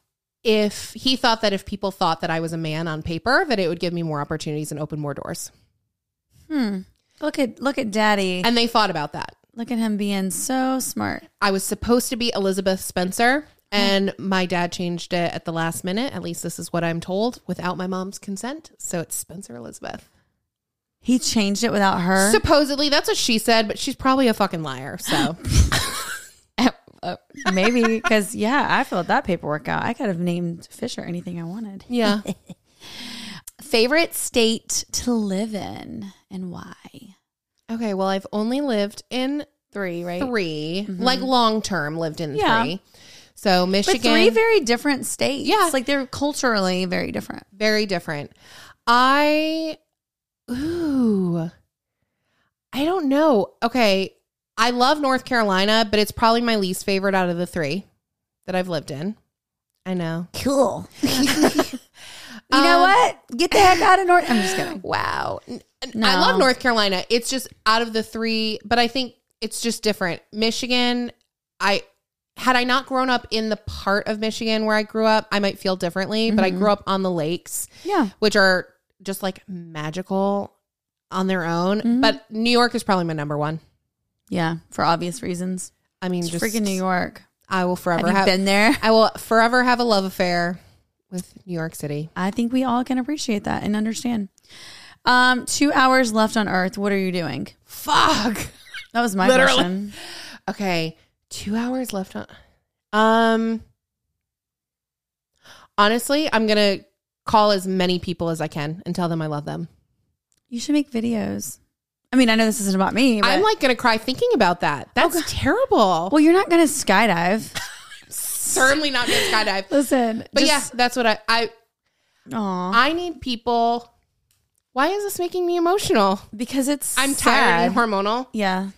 Speaker 2: if he thought that if people thought that I was a man on paper, that it would give me more opportunities and open more doors.
Speaker 1: Look at look at daddy.
Speaker 2: And they thought about that.
Speaker 1: look at him being so smart.
Speaker 2: I was supposed to be Elizabeth Spencer, and my dad changed it at the last minute. At least this is what I'm told without my mom's consent. So it's Spencer Elizabeth.
Speaker 1: He changed it without her.
Speaker 2: Supposedly, that's what she said, but she's probably a fucking liar. (laughs) So
Speaker 1: (laughs) Uh, maybe because yeah, I filled that paperwork out. I could have named Fisher anything I wanted.
Speaker 2: yeah.
Speaker 1: Favorite state to live in and why?
Speaker 2: Okay. Well, I've only lived in
Speaker 1: Three, right?
Speaker 2: 3 Mm-hmm. like long term, lived in
Speaker 1: Yeah.
Speaker 2: three. So
Speaker 1: But
Speaker 2: Michigan,
Speaker 1: three very different states.
Speaker 2: Yeah.
Speaker 1: like they're culturally very different.
Speaker 2: very different. I ooh. I don't know. Okay. I love North Carolina, but it's probably my least favorite out of the 3 that I've lived in. I know.
Speaker 1: Cool. (laughs) you know what? Get the heck out of North. I'm just kidding.
Speaker 2: Wow. N- n-
Speaker 1: No.
Speaker 2: I love North Carolina. It's just out of the 3, but I think it's just different. Michigan, I had I not grown up in the part of Michigan where I grew up, I might feel differently, but I grew up on the lakes.
Speaker 1: (laughs) Yeah.
Speaker 2: which are just like magical on their own.
Speaker 1: Mm-hmm.
Speaker 2: But New York is probably my number one.
Speaker 1: Yeah. For obvious reasons.
Speaker 2: I mean,
Speaker 1: It's
Speaker 2: just
Speaker 1: freaking New York.
Speaker 2: I will forever
Speaker 1: Have you
Speaker 2: have.
Speaker 1: been there? (laughs)
Speaker 2: I will forever have a love affair with New York City.
Speaker 1: I think we all can appreciate that and understand. Um, two hours left on Earth. What are you doing?
Speaker 2: Fuck.
Speaker 1: That was my
Speaker 2: Literally.
Speaker 1: question.
Speaker 2: Okay, two hours left on. Um. Honestly, I'm gonna call as many people as I can and tell them I love them.
Speaker 1: You should make videos. I mean, I know this isn't about me. But,
Speaker 2: I'm like gonna cry thinking about that.
Speaker 1: Oh,
Speaker 2: That's terrible.
Speaker 1: well, you're not going to skydive.
Speaker 2: certainly not gonna
Speaker 1: (laughs)
Speaker 2: skydive.
Speaker 1: Listen,
Speaker 2: But yeah, that's what I, I
Speaker 1: yeah, aw,
Speaker 2: I need people. Why is this making me emotional?
Speaker 1: because it's
Speaker 2: I'm
Speaker 1: sad.
Speaker 2: tired and hormonal.
Speaker 1: Yeah.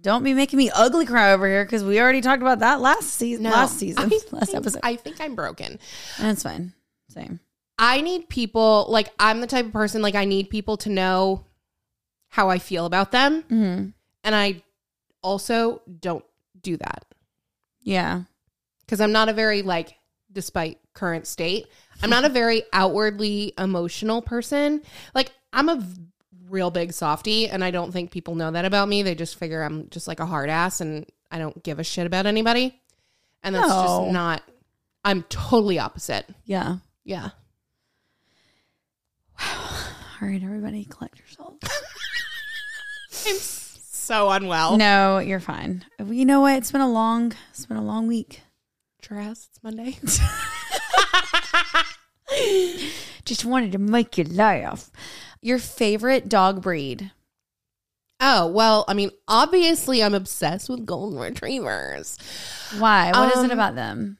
Speaker 1: Don't be making me ugly cry over here because we already talked about that last season. last season, (laughs)
Speaker 2: I (laughs)
Speaker 1: last
Speaker 2: think-
Speaker 1: episode.
Speaker 2: I think I'm broken.
Speaker 1: and it's fine. Same.
Speaker 2: I need people, like, I'm the type of person, like, I need people to know how I feel about them.
Speaker 1: hmm
Speaker 2: And I also don't do that
Speaker 1: Yeah.
Speaker 2: because I'm not a very, like, despite current state, I'm (laughs) not a very outwardly emotional person. Like, I'm a v- real big softy, and I don't think people know that about me. They just figure I'm just like a hard ass and I don't give a shit about anybody. And that's
Speaker 1: No.
Speaker 2: just not, I'm totally opposite.
Speaker 1: Yeah.
Speaker 2: Yeah.
Speaker 1: All right, everybody, collect yourselves.
Speaker 2: I'm so unwell.
Speaker 1: no, you're fine. You know what? It's been a long, it's been a long week.
Speaker 2: Dress, it's Monday. (laughs)
Speaker 1: (laughs) Just wanted to make you laugh. Your favorite dog breed?
Speaker 2: Oh, well, I mean, obviously I'm obsessed with golden retrievers.
Speaker 1: Why? What is
Speaker 2: Um,
Speaker 1: it about them?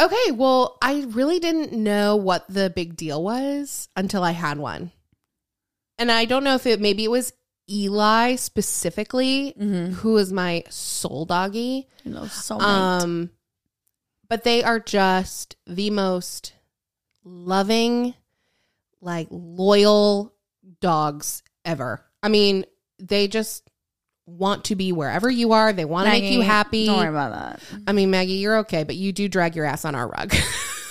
Speaker 2: Okay, well, I really didn't know what the big deal was until I had one. And I don't know if it maybe it was Eli specifically
Speaker 1: Mm-hmm.
Speaker 2: who was my soul doggy.
Speaker 1: You know, soulmate.
Speaker 2: Um but they are just the most loving like loyal dogs ever. I mean, they just want to be wherever you are. They want to make you
Speaker 1: Maggie,
Speaker 2: happy.
Speaker 1: Don't worry about that.
Speaker 2: I mean, Maggie, you're okay, but you do drag your ass on our rug. (laughs)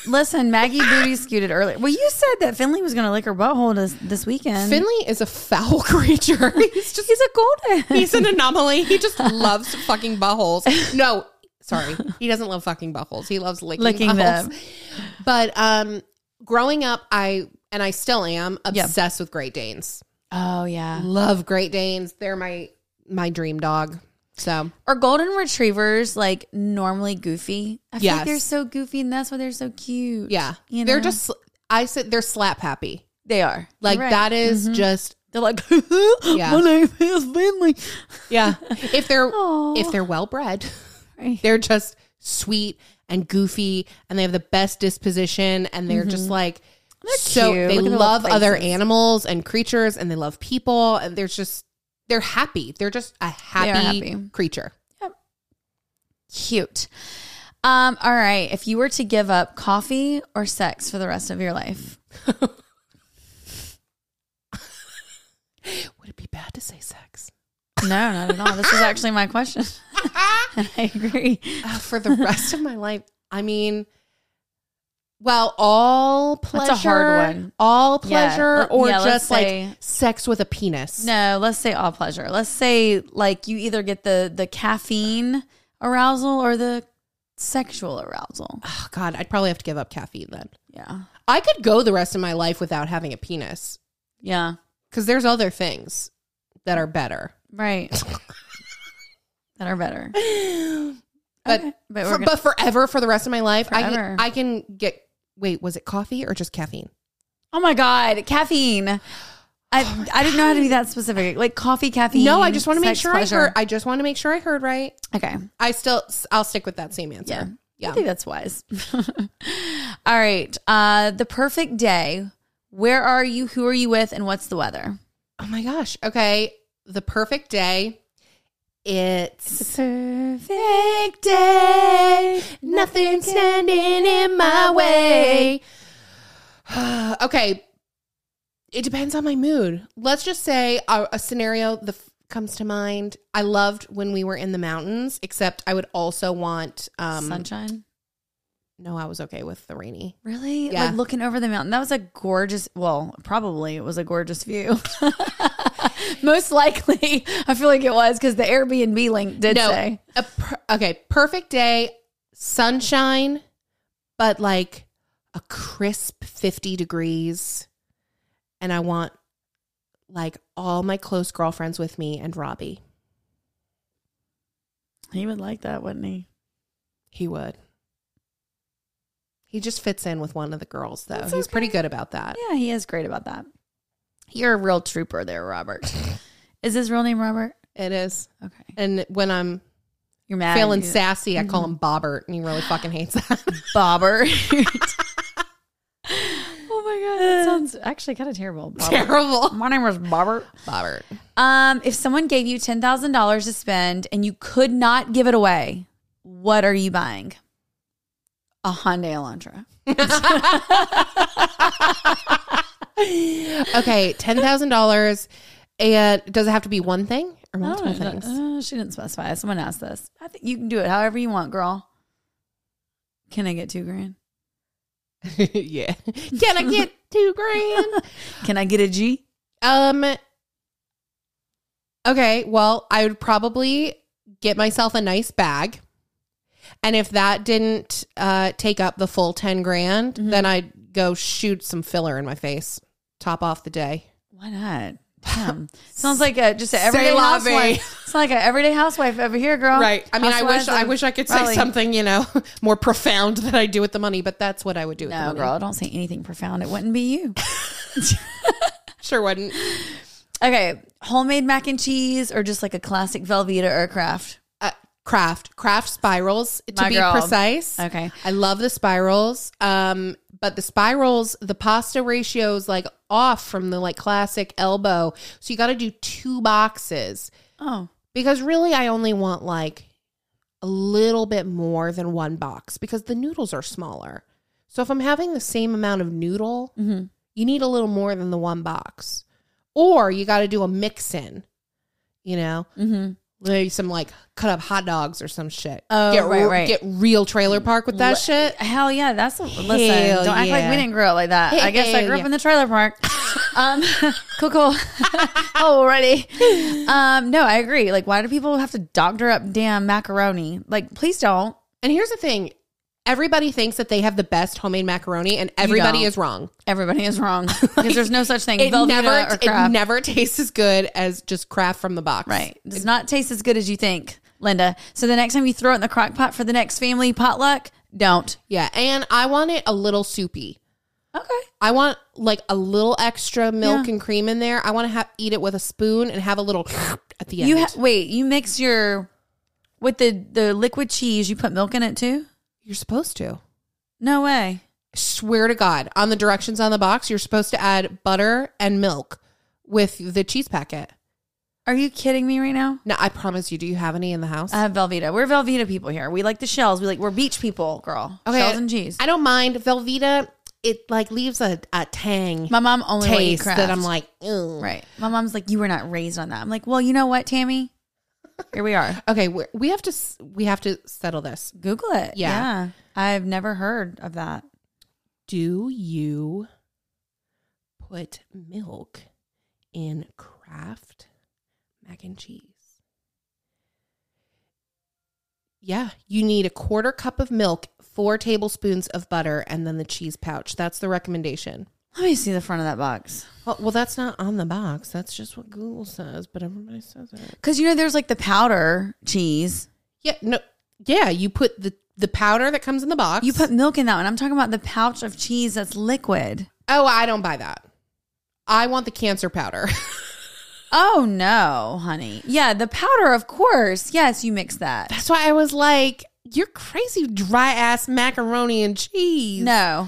Speaker 1: Listen, Maggie booty scooted earlier. Well, you said that Finley was going to lick her butthole this, this weekend.
Speaker 2: Finley is a foul (laughs) creature. He's just
Speaker 1: he's a golden. (laughs)
Speaker 2: he's an anomaly. He just loves fucking buttholes. No, sorry. He doesn't love fucking buttholes. He loves licking,
Speaker 1: Licking
Speaker 2: buttholes.
Speaker 1: them.
Speaker 2: But um growing up I and I still am
Speaker 1: Yeah.
Speaker 2: obsessed with Great Danes.
Speaker 1: Oh yeah.
Speaker 2: Love Great Danes. They're my my dream dog. So
Speaker 1: Are golden retrievers like normally goofy? I feel
Speaker 2: Yes.
Speaker 1: like they're so goofy, and that's why they're so cute.
Speaker 2: yeah.
Speaker 1: You
Speaker 2: They're
Speaker 1: know?
Speaker 2: just I said they're slap happy.
Speaker 1: They are
Speaker 2: Like
Speaker 1: You're right. Mm-hmm.
Speaker 2: that is just
Speaker 1: They're like, (laughs) my name is Finley. (laughs)
Speaker 2: yeah. If they're
Speaker 1: Aw.
Speaker 2: if they're well bred.
Speaker 1: Right.
Speaker 2: (laughs) They're just sweet and goofy and they have the best disposition and they're just like so
Speaker 1: Mm-hmm. cute.
Speaker 2: they
Speaker 1: Look at their
Speaker 2: love
Speaker 1: little
Speaker 2: other
Speaker 1: faces.
Speaker 2: animals and creatures and they love people and there's just they're happy. They're just a happy,
Speaker 1: happy.
Speaker 2: creature.
Speaker 1: Cute. Um, all right. If you were to give up coffee or sex for the rest of your life,
Speaker 2: Would it be bad to say sex?
Speaker 1: no, not at all. This is actually my question. (laughs) I agree.
Speaker 2: Uh, for the rest of my life, I mean well, all pleasure,
Speaker 1: That's a hard one.
Speaker 2: all
Speaker 1: Yeah,
Speaker 2: pleasure,
Speaker 1: let-
Speaker 2: or
Speaker 1: yeah, let's
Speaker 2: just
Speaker 1: say-
Speaker 2: like sex with a penis.
Speaker 1: No, let's say all pleasure. Let's say like you either get the the caffeine arousal or the sexual arousal.
Speaker 2: Oh, God, I'd probably have to give up caffeine then.
Speaker 1: Yeah.
Speaker 2: I could go the rest of my life without having a penis
Speaker 1: Yeah.
Speaker 2: because there's other things that are better. (laughs)
Speaker 1: Right. that are better.
Speaker 2: But
Speaker 1: Okay. But we're
Speaker 2: for,
Speaker 1: gonna-
Speaker 2: but forever for the rest of my life, I
Speaker 1: Forever.
Speaker 2: can, I can get. Wait, was it coffee or just caffeine?
Speaker 1: Oh my god, caffeine. I I didn't know how to be that specific. Like coffee, caffeine.
Speaker 2: No, I just want to make
Speaker 1: sex
Speaker 2: sure
Speaker 1: pleasure.
Speaker 2: I heard. I just want to make sure I heard right.
Speaker 1: okay.
Speaker 2: I still, I'll stick with that same
Speaker 1: Yeah.
Speaker 2: answer.
Speaker 1: I think that's wise. (laughs) All right. Uh the perfect day. Where are you? Who are you with? And what's the weather?
Speaker 2: Oh my gosh. Okay. The perfect day. It's
Speaker 1: Perfect day.
Speaker 2: nothing standing in my way. (sighs) okay. It depends on my mood. Let's just say a, a scenario that f- comes to mind. I loved when we were in the mountains, except I would also want. Um,
Speaker 1: Sunshine.
Speaker 2: No, I was okay with the rainy.
Speaker 1: Really?
Speaker 2: Yeah.
Speaker 1: Like looking over the mountain. That was a gorgeous, well, probably it was a gorgeous view. (laughs) Most likely, I feel like it was because the Airbnb link did
Speaker 2: no.
Speaker 1: say.
Speaker 2: a per- okay. Perfect day, sunshine, but like a crisp 50 degrees. And I want like all my close girlfriends with me and Robbie.
Speaker 1: He would like that, wouldn't he?
Speaker 2: He would. He just fits in with one of the girls, though.
Speaker 1: That's
Speaker 2: He's pretty
Speaker 1: okay.
Speaker 2: good about that.
Speaker 1: Yeah, he is great about that. You're a real trooper there, (laughs) Robert. is his real name Robert?
Speaker 2: It is.
Speaker 1: Okay.
Speaker 2: And when I'm
Speaker 1: You're mad.
Speaker 2: feeling
Speaker 1: You-
Speaker 2: sassy, I call
Speaker 1: Mm-hmm.
Speaker 2: him Bobbert, and he really fucking hates that.
Speaker 1: (laughs) Bobbert. oh my God. That sounds (sighs) actually kind of terrible. Bobbert.
Speaker 2: (laughs) Terrible.
Speaker 1: My name was Bobbert.
Speaker 2: Bobbert.
Speaker 1: Um, if someone gave you ten thousand dollars to spend and you could not give it away, what are you buying? A Hyundai Elantra.
Speaker 2: Okay, $10,000. And does it have to be one thing or multiple things?
Speaker 1: Uh, she didn't specify. Someone asked this. I think you can do it however you want, girl. Can I get two grand? uh.
Speaker 2: (laughs) yeah. Can
Speaker 1: (laughs)
Speaker 2: I get two grand?
Speaker 1: Can I get a G?
Speaker 2: Um. Okay, well, I would probably get myself a nice bag, and if that didn't uh, take up the full ten grand,
Speaker 1: Mm-hmm.
Speaker 2: then I'd go shoot some filler in my face, top off the day.
Speaker 1: Why not?
Speaker 2: (laughs)
Speaker 1: Damn. Sounds like a just an everyday
Speaker 2: la vie.
Speaker 1: housewife. It's like an everyday housewife over here, girl.
Speaker 2: I mean, I wish
Speaker 1: Housewives
Speaker 2: I
Speaker 1: of
Speaker 2: wish I could
Speaker 1: Raleigh.
Speaker 2: say something you know (laughs) more profound that I do with the money, but that's what I would do. With the
Speaker 1: No,
Speaker 2: money.
Speaker 1: girl, don't say anything profound. It wouldn't be you.
Speaker 2: sure wouldn't.
Speaker 1: Okay, homemade mac and cheese or just like a classic Velveeta or craft.
Speaker 2: uh, craft craft spirals to
Speaker 1: My
Speaker 2: be
Speaker 1: girl.
Speaker 2: precise
Speaker 1: Okay.
Speaker 2: i love the spirals um but the spirals the pasta ratio is like off from the like classic elbow so you got to do two boxes
Speaker 1: Oh,
Speaker 2: because really i only want like a little bit more than one box because the noodles are smaller so if i'm having the same amount of noodle
Speaker 1: Mm-hmm.
Speaker 2: you need a little more than the one box or you got to do a mix in you know
Speaker 1: mm-hmm.
Speaker 2: Maybe some like cut up hot dogs or some shit.
Speaker 1: Oh,
Speaker 2: get,
Speaker 1: right, right.
Speaker 2: Get real trailer park with that
Speaker 1: Le-
Speaker 2: shit.
Speaker 1: Hell yeah, that's a, listen. Don't
Speaker 2: Hell
Speaker 1: act like
Speaker 2: yeah.
Speaker 1: we didn't grow up like that. I guess I
Speaker 2: Hell
Speaker 1: grew up
Speaker 2: yeah.
Speaker 1: in the trailer
Speaker 2: (laughs)
Speaker 1: park. um, (laughs) cool, cool. Oh, Already. Um, no, I agree. Like, why do people have to doctor up damn macaroni? Like, please don't.
Speaker 2: And here's the thing: everybody thinks that they have the best homemade macaroni, and everybody
Speaker 1: don't.
Speaker 2: is wrong.
Speaker 1: Everybody is wrong (laughs) because there's no such thing.
Speaker 2: It
Speaker 1: Velveeta
Speaker 2: never,
Speaker 1: or
Speaker 2: it
Speaker 1: Kraft.
Speaker 2: never (laughs) tastes as good as just craft from the box.
Speaker 1: Right. Does not taste as good as you think, Linda. So the next time you throw it in the crock pot for the next family potluck, don't.
Speaker 2: Yeah, and I want it a little soupy.
Speaker 1: Okay.
Speaker 2: I want like a little extra milk and cream in there. I want to have eat it with a spoon and have a little (laughs) at the end.
Speaker 1: You ha- wait, you mix your with the the liquid cheese, you put milk in it too?
Speaker 2: You're supposed to.
Speaker 1: No way.
Speaker 2: swear to God, on the directions on the box, you're supposed to add butter and milk with the cheese packet.
Speaker 1: Are you kidding me right now?
Speaker 2: Now, I promise you, do you have any in the house?
Speaker 1: I have Velveeta. We're Velveeta people here. We like the shells. We like we're beach people, girl. Shells and cheese.
Speaker 2: I don't mind Velveeta. It like leaves a, a tang
Speaker 1: My mom only liked
Speaker 2: taste
Speaker 1: Kraft.
Speaker 2: that I'm like, Ew.
Speaker 1: Right. My mom's like, you were not raised on that. I'm like, well, you know what, Tammy? Here we (laughs) are.
Speaker 2: Okay, we're, we have to s- we have to settle this.
Speaker 1: Google it.
Speaker 2: Yeah.
Speaker 1: yeah. I've never heard of that.
Speaker 2: Do you put milk in Kraft mac and cheese? Yeah, you need a quarter cup of milk, four tablespoons of butter, and then the cheese pouch. That's the recommendation. Oh,
Speaker 1: Let me see the front of that box.
Speaker 2: Well, well that's not on the box. That's just what Google says, but everybody says it.
Speaker 1: Because you know, there's like the powder cheese.
Speaker 2: Yeah, no. Yeah, you put the the powder that comes in the box.
Speaker 1: You put milk in that one. I'm talking about the pouch of cheese that's liquid.
Speaker 2: Oh, I don't buy that. I want the cancer powder.
Speaker 1: Oh no, honey. Yeah, the powder, of course. Yes, you mix that.
Speaker 2: That's why I was like, you're crazy dry ass macaroni and cheese.
Speaker 1: No.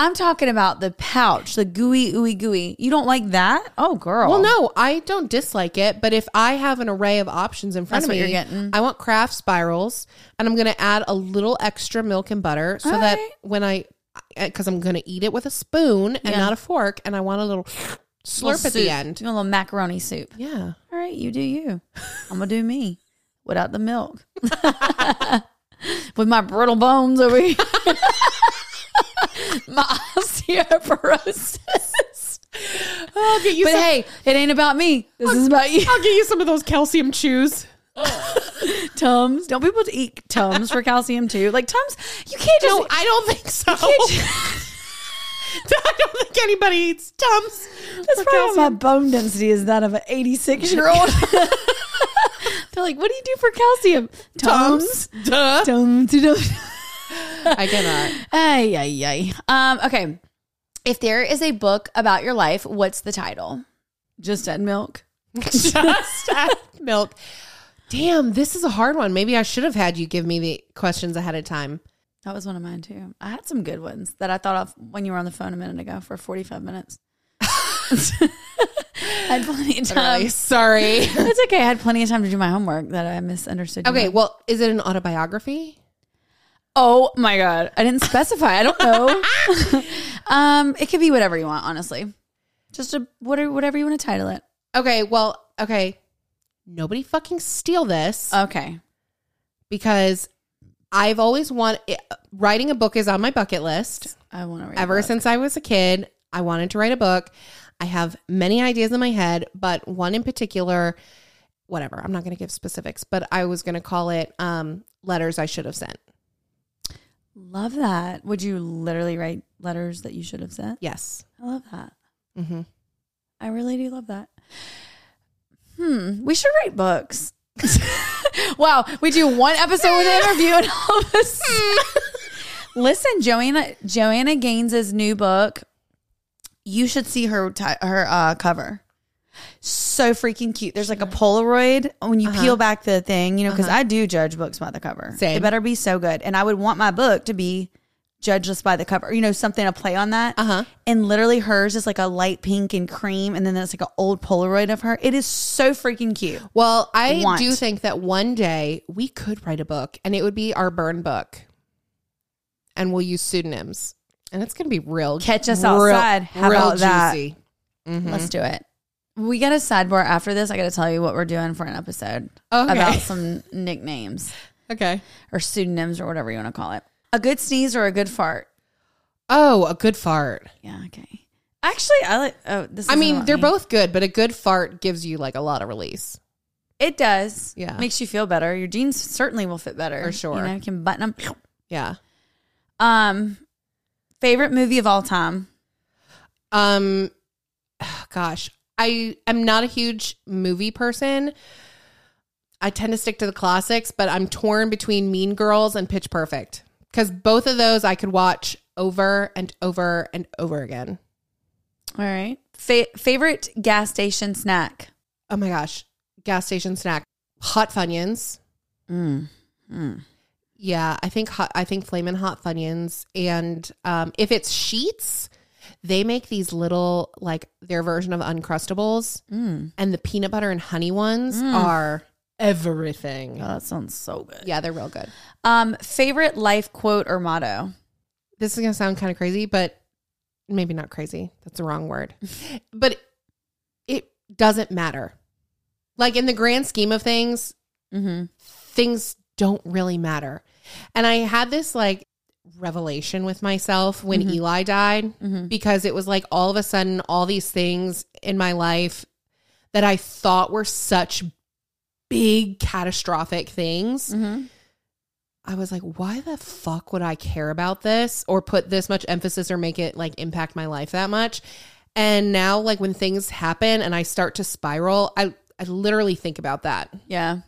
Speaker 1: I'm talking about the pouch, the gooey, ooey, gooey. You don't like that? Oh, girl.
Speaker 2: Well, no, I don't dislike it, but if I have an array of options in front
Speaker 1: That's
Speaker 2: of
Speaker 1: what
Speaker 2: me,
Speaker 1: you're getting.
Speaker 2: I want craft spirals, and I'm going to add a little extra milk and butter so
Speaker 1: All
Speaker 2: that
Speaker 1: right.
Speaker 2: when I, because I'm going to eat it with a spoon and
Speaker 1: Yeah.
Speaker 2: not a fork, and I want a little slurp
Speaker 1: Little
Speaker 2: at
Speaker 1: soup.
Speaker 2: the end.
Speaker 1: Do a little macaroni soup.
Speaker 2: Yeah.
Speaker 1: All right, you do you. I'm going to do me without the milk. (laughs) With my brittle bones over here. (laughs) my osteoporosis.
Speaker 2: I'll get you
Speaker 1: But hey, it ain't about me. This is about you.
Speaker 2: I'll get you some of those calcium chews.
Speaker 1: Tums. Don't people eat Tums for calcium too? Like Tums, you can't just.
Speaker 2: No, I don't think so. (laughs) I don't think anybody eats Tums.
Speaker 1: (laughs) that's probably why my bone density is that of an 86 year old. (laughs) They're like, what do you do for calcium? Tums.
Speaker 2: Duh.
Speaker 1: Tums. Tums.
Speaker 2: I cannot.
Speaker 1: Ay, ay, ay. Um, okay. If there is a book about your life, what's the title? Just Dead Milk.
Speaker 2: (laughs) Just add milk. Damn, this is a hard one. Maybe I should have had you give me the questions ahead of time.
Speaker 1: That was one of mine too. I had some good ones that I thought of when you were on the phone a minute ago for 45 minutes. (laughs) I had plenty of time.
Speaker 2: Really, (laughs) sorry.
Speaker 1: It's okay. I had plenty of time to do my homework that I misunderstood. you
Speaker 2: okay,
Speaker 1: on.
Speaker 2: well, is it an autobiography?
Speaker 1: Oh my god, I didn't specify. I don't know. (laughs) um, it could be whatever you want, honestly. Just a whatever, whatever you want to title it.
Speaker 2: Okay, well, okay. Nobody fucking steal this
Speaker 1: Okay.
Speaker 2: because I've always wanted writing a book is on my bucket list.
Speaker 1: I want to read.
Speaker 2: Ever
Speaker 1: that.
Speaker 2: since I was a kid, I wanted to write a book. I have many ideas in my head, but one in particular, whatever, I'm not going to give specifics, but I was going to call it um, Letters I Should Have Sent.
Speaker 1: love that. Would you literally write letters that you should have sent?
Speaker 2: Yes.
Speaker 1: I love that.
Speaker 2: Mm-hmm.
Speaker 1: I really do love that. Hmm. We should write books. (laughs) wow. We do one episode with an interview and all of us. Listen, Joanna Joanna Gaines's new book. You should see her ti- her uh, cover. so freaking cute. There's like a Polaroid when you peel back the thing, you know, because I do judge books by the cover.
Speaker 2: Same.
Speaker 1: It better be so good. And I would want my book to be judged just by the cover, you know, something to play on that. Uh-huh. And literally hers is like a light pink and cream. And then there's like an old Polaroid of her. It is so freaking cute.
Speaker 2: Well, I
Speaker 1: Want.
Speaker 2: do think that one day we could write a book and it would be our burn book. And we'll use pseudonyms. And it's going to be real.
Speaker 1: Catch us
Speaker 2: real-
Speaker 1: outside. How
Speaker 2: real
Speaker 1: about that?
Speaker 2: juicy.
Speaker 1: Let's do it. We got a sidebar after this. I got to tell you what we're doing for an episode
Speaker 2: Okay.
Speaker 1: about some nicknames
Speaker 2: Okay.
Speaker 1: or pseudonyms or whatever you want to call it. A good sneeze or a good fart.
Speaker 2: Oh, a good fart.
Speaker 1: Yeah. Okay. Actually, I like. Oh, this.
Speaker 2: I
Speaker 1: isn't
Speaker 2: mean,
Speaker 1: about
Speaker 2: they're
Speaker 1: me.
Speaker 2: both good, but a good fart gives you like a lot of release.
Speaker 1: It does.
Speaker 2: Yeah.
Speaker 1: Makes you feel better. Your jeans certainly will fit better
Speaker 2: For sure.
Speaker 1: You know, you can button them.
Speaker 2: Yeah.
Speaker 1: Um, favorite movie of all time.
Speaker 2: Um (sighs) gosh, I am not a huge movie person. I tend to stick to the classics, but I'm torn between Mean Girls and Pitch Perfect cuz both of those I could watch over and over and over again.
Speaker 1: All right. Fa- favorite gas station snack.
Speaker 2: Oh my gosh, gas station snack, hot funyuns.
Speaker 1: Mm.
Speaker 2: Yeah, I think hot, I think flamin' hot funyuns, and um, if it's sheets, they make these little like their version of uncrustables,
Speaker 1: Mm.
Speaker 2: and the peanut butter and honey ones
Speaker 1: Mm.
Speaker 2: are everything.
Speaker 1: Oh, that sounds so good.
Speaker 2: Yeah, they're real good.
Speaker 1: Um, favorite life quote or motto.
Speaker 2: This is gonna sound kind of crazy, but maybe not crazy. That's the wrong
Speaker 1: (laughs)
Speaker 2: word, but it doesn't matter. Like in the grand scheme of things,
Speaker 1: Mm-hmm.
Speaker 2: things don't really matter. And I had this like revelation with myself when
Speaker 1: Mhm.
Speaker 2: Eli died
Speaker 1: Mhm.
Speaker 2: because it was like all of a sudden all these things in my life that I thought were such big catastrophic things.
Speaker 1: Mm-hmm.
Speaker 2: I was like, why the fuck would I care about this or put this much emphasis or make it like impact my life that much? And now like when things happen and I start to spiral, I I literally think about that
Speaker 1: Yeah.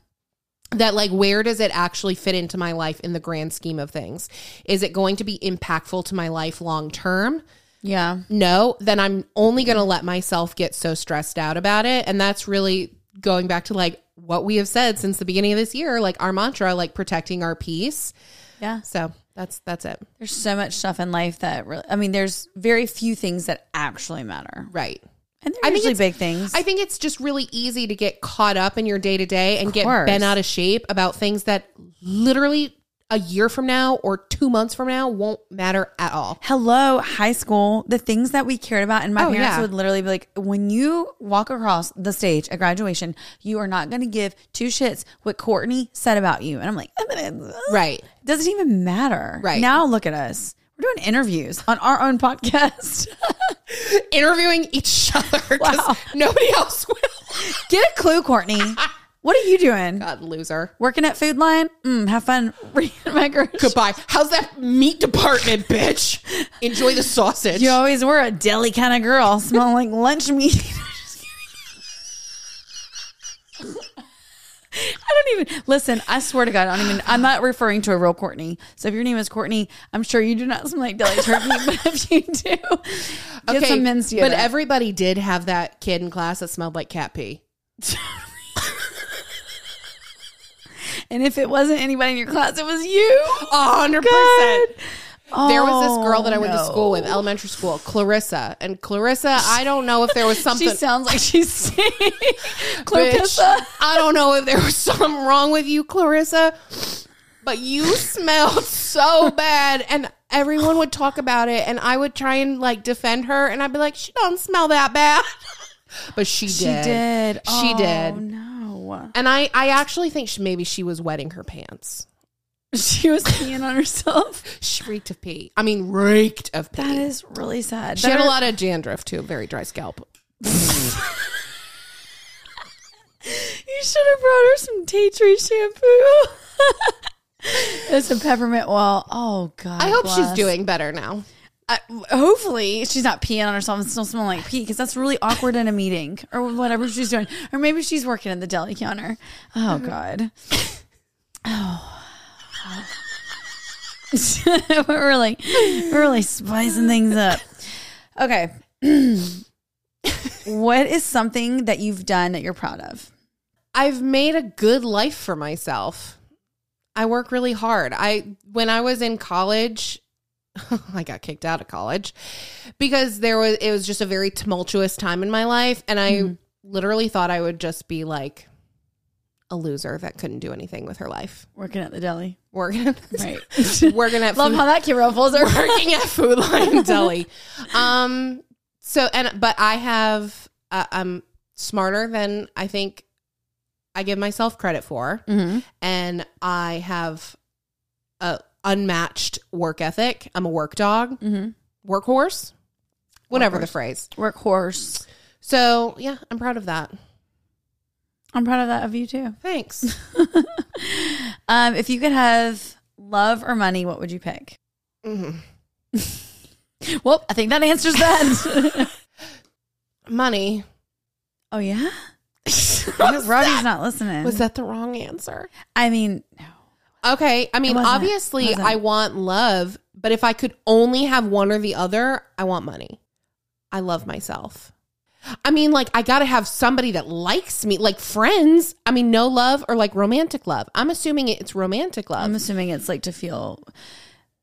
Speaker 2: that like where does it actually fit into my life in the grand scheme of things is it going to be impactful to my life long term
Speaker 1: Yeah.
Speaker 2: no then i'm only going to let myself get so stressed out about it and that's really going back to like what we have said since the beginning of this year like our mantra like protecting our peace
Speaker 1: Yeah.
Speaker 2: so that's that's it
Speaker 1: There's so much stuff in life that really, I mean, there's very few things that actually matter.
Speaker 2: right
Speaker 1: And they're
Speaker 2: I think
Speaker 1: usually
Speaker 2: it's-
Speaker 1: big things.
Speaker 2: I think it's just really easy to get caught up in your day to day and get
Speaker 1: course.
Speaker 2: bent out of shape about things that literally a year from now or two months from now won't matter at all.
Speaker 1: Hello, high school. The things that we cared about, and my
Speaker 2: Oh,
Speaker 1: parents
Speaker 2: yeah.
Speaker 1: would literally be like, "When you walk across the stage at graduation, you are not going to give two shits what Courtney said about you." And I'm like,
Speaker 2: Right.
Speaker 1: Doesn't even matter.
Speaker 2: Right.
Speaker 1: now, look at us. We're doing interviews on our own podcast. (laughs)
Speaker 2: Interviewing each (laughs) other because
Speaker 1: Wow.
Speaker 2: nobody else will.
Speaker 1: Get a clue, (laughs) Courtney. what are you doing?
Speaker 2: God, loser.
Speaker 1: Working at Food Line? Mm, have fun (laughs) reading micros.
Speaker 2: Goodbye. How's that meat department, bitch? Enjoy the sausage.
Speaker 1: You always were a deli kind of girl, smell like lunch meat. (laughs) Just kidding. (laughs) I don't even listen. I swear to God, I don't even. I'm not referring to a real Courtney. So if your name is Courtney, I'm sure you do not smell like deli turkey. (laughs) but if you do, get some men's
Speaker 2: but
Speaker 1: together.
Speaker 2: everybody did have that kid in class that smelled like cat pee.
Speaker 1: and if it wasn't anybody in your class, it was you. Oh,
Speaker 2: A hundred
Speaker 1: God.
Speaker 2: Oh, percent. There was this girl that I went
Speaker 1: Oh,
Speaker 2: to school with,
Speaker 1: no.
Speaker 2: elementary school, Clarissa. And Clarissa, I don't know if there was something.
Speaker 1: (laughs) She sounds like she's (laughs) singing.
Speaker 2: bitch.
Speaker 1: Clarissa.
Speaker 2: I don't know if there was (laughs) something wrong with you, Clarissa, but you smelled so bad. And everyone would talk about it. And I would try and like defend her. And I'd be like, she don't smell that bad. (laughs) But she did.
Speaker 1: She did.
Speaker 2: She
Speaker 1: Oh,
Speaker 2: did.
Speaker 1: No.
Speaker 2: And I, I actually think she, maybe she was wetting her pants.
Speaker 1: She was peeing on herself.
Speaker 2: She reeked of pee. I mean, reeked of pee.
Speaker 1: That is really sad.
Speaker 2: she had a
Speaker 1: Better-
Speaker 2: lot of dandruff too, very dry scalp.
Speaker 1: You should have brought her some tea tree shampoo. (laughs) It's a peppermint wall. Oh God!
Speaker 2: I hope she's
Speaker 1: bless.
Speaker 2: doing better now.
Speaker 1: I, hopefully, she's not peeing on herself and still smelling like pee because that's really awkward in a meeting or whatever she's doing. Or maybe she's working at the deli counter. Oh God! Oh, (laughs) we're really, we're really spicing things up. Okay. (clears throat) What is something that you've done that you're proud of?
Speaker 2: I've made a good life for myself. I work really hard. I when I was in college, (laughs) I got kicked out of college because there was it was just a very tumultuous time in my life and I
Speaker 1: Mm-hmm.
Speaker 2: literally thought I would just be like a loser that couldn't do anything with her life.
Speaker 1: Working at the deli.
Speaker 2: Working (laughs) at
Speaker 1: (laughs) Right.
Speaker 2: working at
Speaker 1: Love
Speaker 2: food-
Speaker 1: how that came around full circle.
Speaker 2: working at Food Lion Deli. Um. So and but I have uh, I'm smarter than I think I give myself credit for, and I have a unmatched work ethic. I'm a work dog, workhorse, whatever the phrase.
Speaker 1: Workhorse.
Speaker 2: So yeah, I'm proud of that.
Speaker 1: I'm proud of that of you too.
Speaker 2: Thanks.
Speaker 1: Um, if you could have love or money, what would you pick?
Speaker 2: Mm-hmm.
Speaker 1: (laughs) well, I think that answers
Speaker 2: (laughs)
Speaker 1: that.
Speaker 2: Money.
Speaker 1: oh yeah,
Speaker 2: Was
Speaker 1: Robbie's
Speaker 2: that,
Speaker 1: not listening.
Speaker 2: was that the wrong answer?
Speaker 1: I mean, no.
Speaker 2: Okay. I mean,
Speaker 1: wasn't. It
Speaker 2: obviously,
Speaker 1: wasn't.
Speaker 2: I want love, but if I could only have one or the other, I want money. I love myself. I mean, like, I got to have somebody that likes me, like friends. I mean, no love or like romantic love. I'm assuming it's romantic love.
Speaker 1: I'm assuming it's like to feel.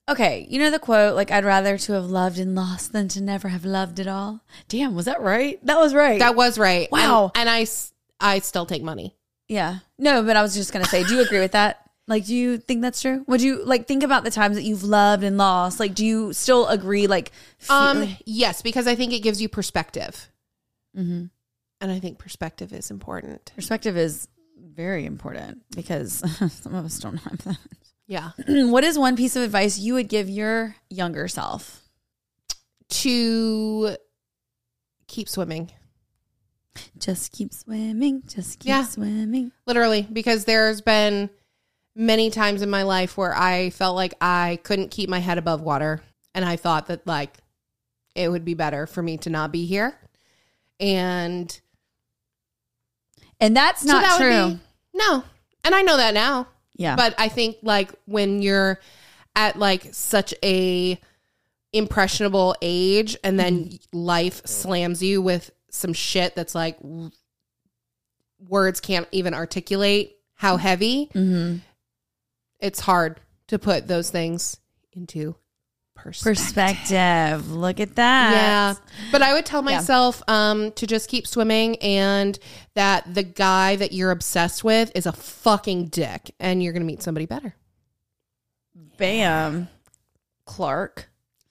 Speaker 1: Okay, you know the quote, like I'd rather to have loved and lost than to never have loved at all. Damn, was that right? That was right.
Speaker 2: that was right.
Speaker 1: Wow.
Speaker 2: And, and I, s- I still take money.
Speaker 1: yeah. No, but I was just gonna say, do you agree with
Speaker 2: (laughs)
Speaker 1: that? Like, do you think that's true? Would you like think about the times that you've loved and lost? Like, do you still agree? Like, fe-
Speaker 2: Um, yes, because I think it gives you perspective.
Speaker 1: Mm-hmm.
Speaker 2: And I think perspective is important.
Speaker 1: Perspective is very important because (laughs) some of us don't have that. (clears throat)
Speaker 2: Yeah.
Speaker 1: what is one piece of advice you would give your younger self?
Speaker 2: to keep swimming.
Speaker 1: Just keep swimming. Just keep
Speaker 2: Yeah.
Speaker 1: swimming.
Speaker 2: literally because there's been many times in my life where i felt like i couldn't keep my head above water and i thought that like it would be better for me to not be here and
Speaker 1: And that's
Speaker 2: so
Speaker 1: not
Speaker 2: that would
Speaker 1: true.
Speaker 2: be- no and i know that now
Speaker 1: yeah.
Speaker 2: but i think like when you're at like such a impressionable age and then
Speaker 1: Mm-hmm.
Speaker 2: life slams you with some shit that's like w- words can't even articulate
Speaker 1: Mm-hmm.
Speaker 2: how heavy
Speaker 1: Mhm.
Speaker 2: it's hard to put those things into perspective.
Speaker 1: perspective. Look at that.
Speaker 2: yeah. But I would tell
Speaker 1: Yeah.
Speaker 2: myself um, to just keep swimming and that the guy that you're obsessed with is a fucking dick and you're going to meet somebody better.
Speaker 1: Bam. Clark.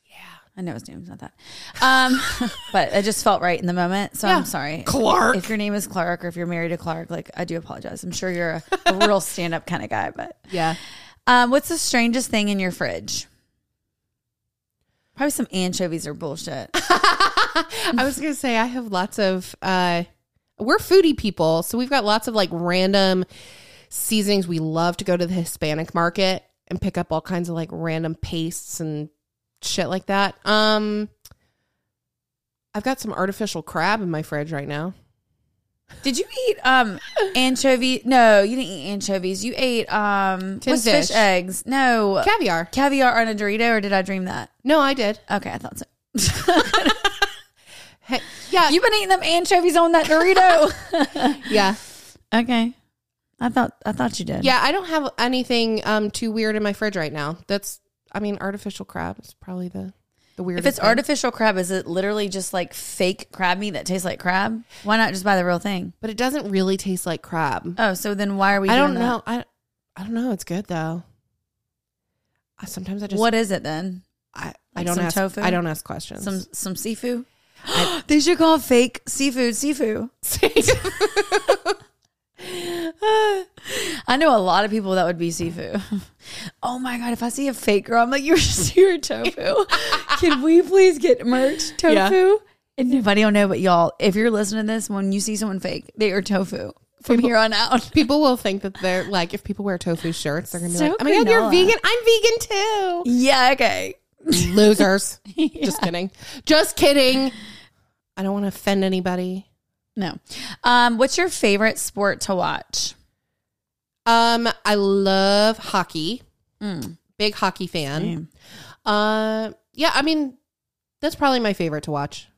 Speaker 1: Yeah. I know his name's not that. Um, (laughs) but it just felt right in the moment. So
Speaker 2: Yeah.
Speaker 1: I'm sorry.
Speaker 2: Clark.
Speaker 1: If your name is Clark or if you're married to Clark, like I do apologize. I'm sure you're a, a real (laughs) stand up kind of guy, but
Speaker 2: Yeah.
Speaker 1: Um, what's the strangest thing in your fridge? Probably some anchovies or bullshit. (laughs)
Speaker 2: I was going to say, I have lots of, uh, we're foodie people. So we've got lots of like random seasonings. We love to go to the Hispanic market and pick up all kinds of like random pastes and shit like that. Um, I've got some artificial crab in my fridge right now.
Speaker 1: Did you eat um anchovy? No, you didn't eat anchovies. You ate um
Speaker 2: Tin
Speaker 1: what's fish.
Speaker 2: fish.
Speaker 1: eggs. No
Speaker 2: Caviar.
Speaker 1: caviar on a Dorito, or did I dream that?
Speaker 2: No, I did.
Speaker 1: Okay, I thought so.
Speaker 2: Hey, yeah.
Speaker 1: You've been eating them anchovies on that (laughs) Dorito.
Speaker 2: yeah.
Speaker 1: okay, I thought I thought you did.
Speaker 2: Yeah. I don't have anything um, too weird in my fridge right now. That's, I mean, artificial crab is probably the, the weirdest.
Speaker 1: If it's
Speaker 2: thing.
Speaker 1: artificial crab, is it literally just like fake crab meat that tastes like crab? Why not just buy the real thing?
Speaker 2: but it doesn't really taste like crab.
Speaker 1: Oh, so then why are we?
Speaker 2: I
Speaker 1: doing
Speaker 2: don't
Speaker 1: that?
Speaker 2: know. I I don't know. It's good though. I, sometimes I just
Speaker 1: what is it then?
Speaker 2: I, I
Speaker 1: like
Speaker 2: don't
Speaker 1: some
Speaker 2: ask
Speaker 1: tofu?
Speaker 2: I don't ask questions.
Speaker 1: Some some seafood. (gasps) they should call fake seafood seafood. (laughs) I know a lot of people that would be seafood. (laughs) Oh my god! If I see a fake girl, I'm like, "You're (laughs) you're tofu. Can we please get merch tofu?" And nobody will know, but y'all, if you're listening to this, when you see someone fake, they are tofu from here on out. (laughs)
Speaker 2: people will think that they're like if people wear tofu shirts, they're gonna be
Speaker 1: So
Speaker 2: like, "Oh my god, you're
Speaker 1: granola.
Speaker 2: vegan! I'm vegan
Speaker 1: Yeah. Okay.
Speaker 2: too." (laughs) Losers. (laughs) Just kidding. Just kidding. I don't want to offend anybody.
Speaker 1: No. Um, what's your favorite sport to watch?
Speaker 2: Um, I love hockey.
Speaker 1: Mm.
Speaker 2: Big hockey fan. Uh, yeah. I mean, that's probably my favorite to watch.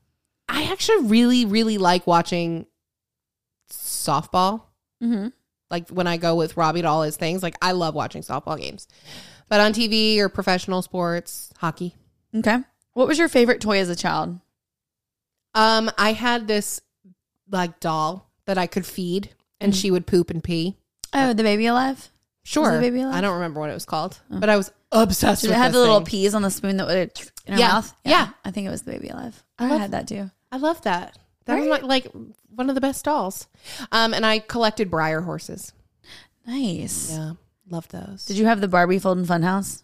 Speaker 2: I actually really, really like watching softball.
Speaker 1: Mhm.
Speaker 2: Like when I go with Robbie to all his things, like I love watching softball games. But on TV or professional sports, hockey.
Speaker 1: Okay. What was your favorite toy as a child?
Speaker 2: Um, I had this like doll that I could feed and she would poop and pee.
Speaker 1: Oh, the baby alive.
Speaker 2: Sure.
Speaker 1: Mm. the baby alive?
Speaker 2: I don't remember what it was called, but I was obsessed
Speaker 1: Did
Speaker 2: with
Speaker 1: it have
Speaker 2: this
Speaker 1: the little
Speaker 2: thing.
Speaker 1: peas on the spoon that would in her
Speaker 2: Yeah.
Speaker 1: mouth?
Speaker 2: Yeah.
Speaker 1: I think it was the baby alive.
Speaker 2: I
Speaker 1: I,
Speaker 2: love-
Speaker 1: had that too.
Speaker 2: I love that. That was
Speaker 1: Right?
Speaker 2: my, like one of the best dolls. Um, and I collected briar horses.
Speaker 1: Nice.
Speaker 2: Yeah, love those.
Speaker 1: Did you have the Barbie Folding Funhouse?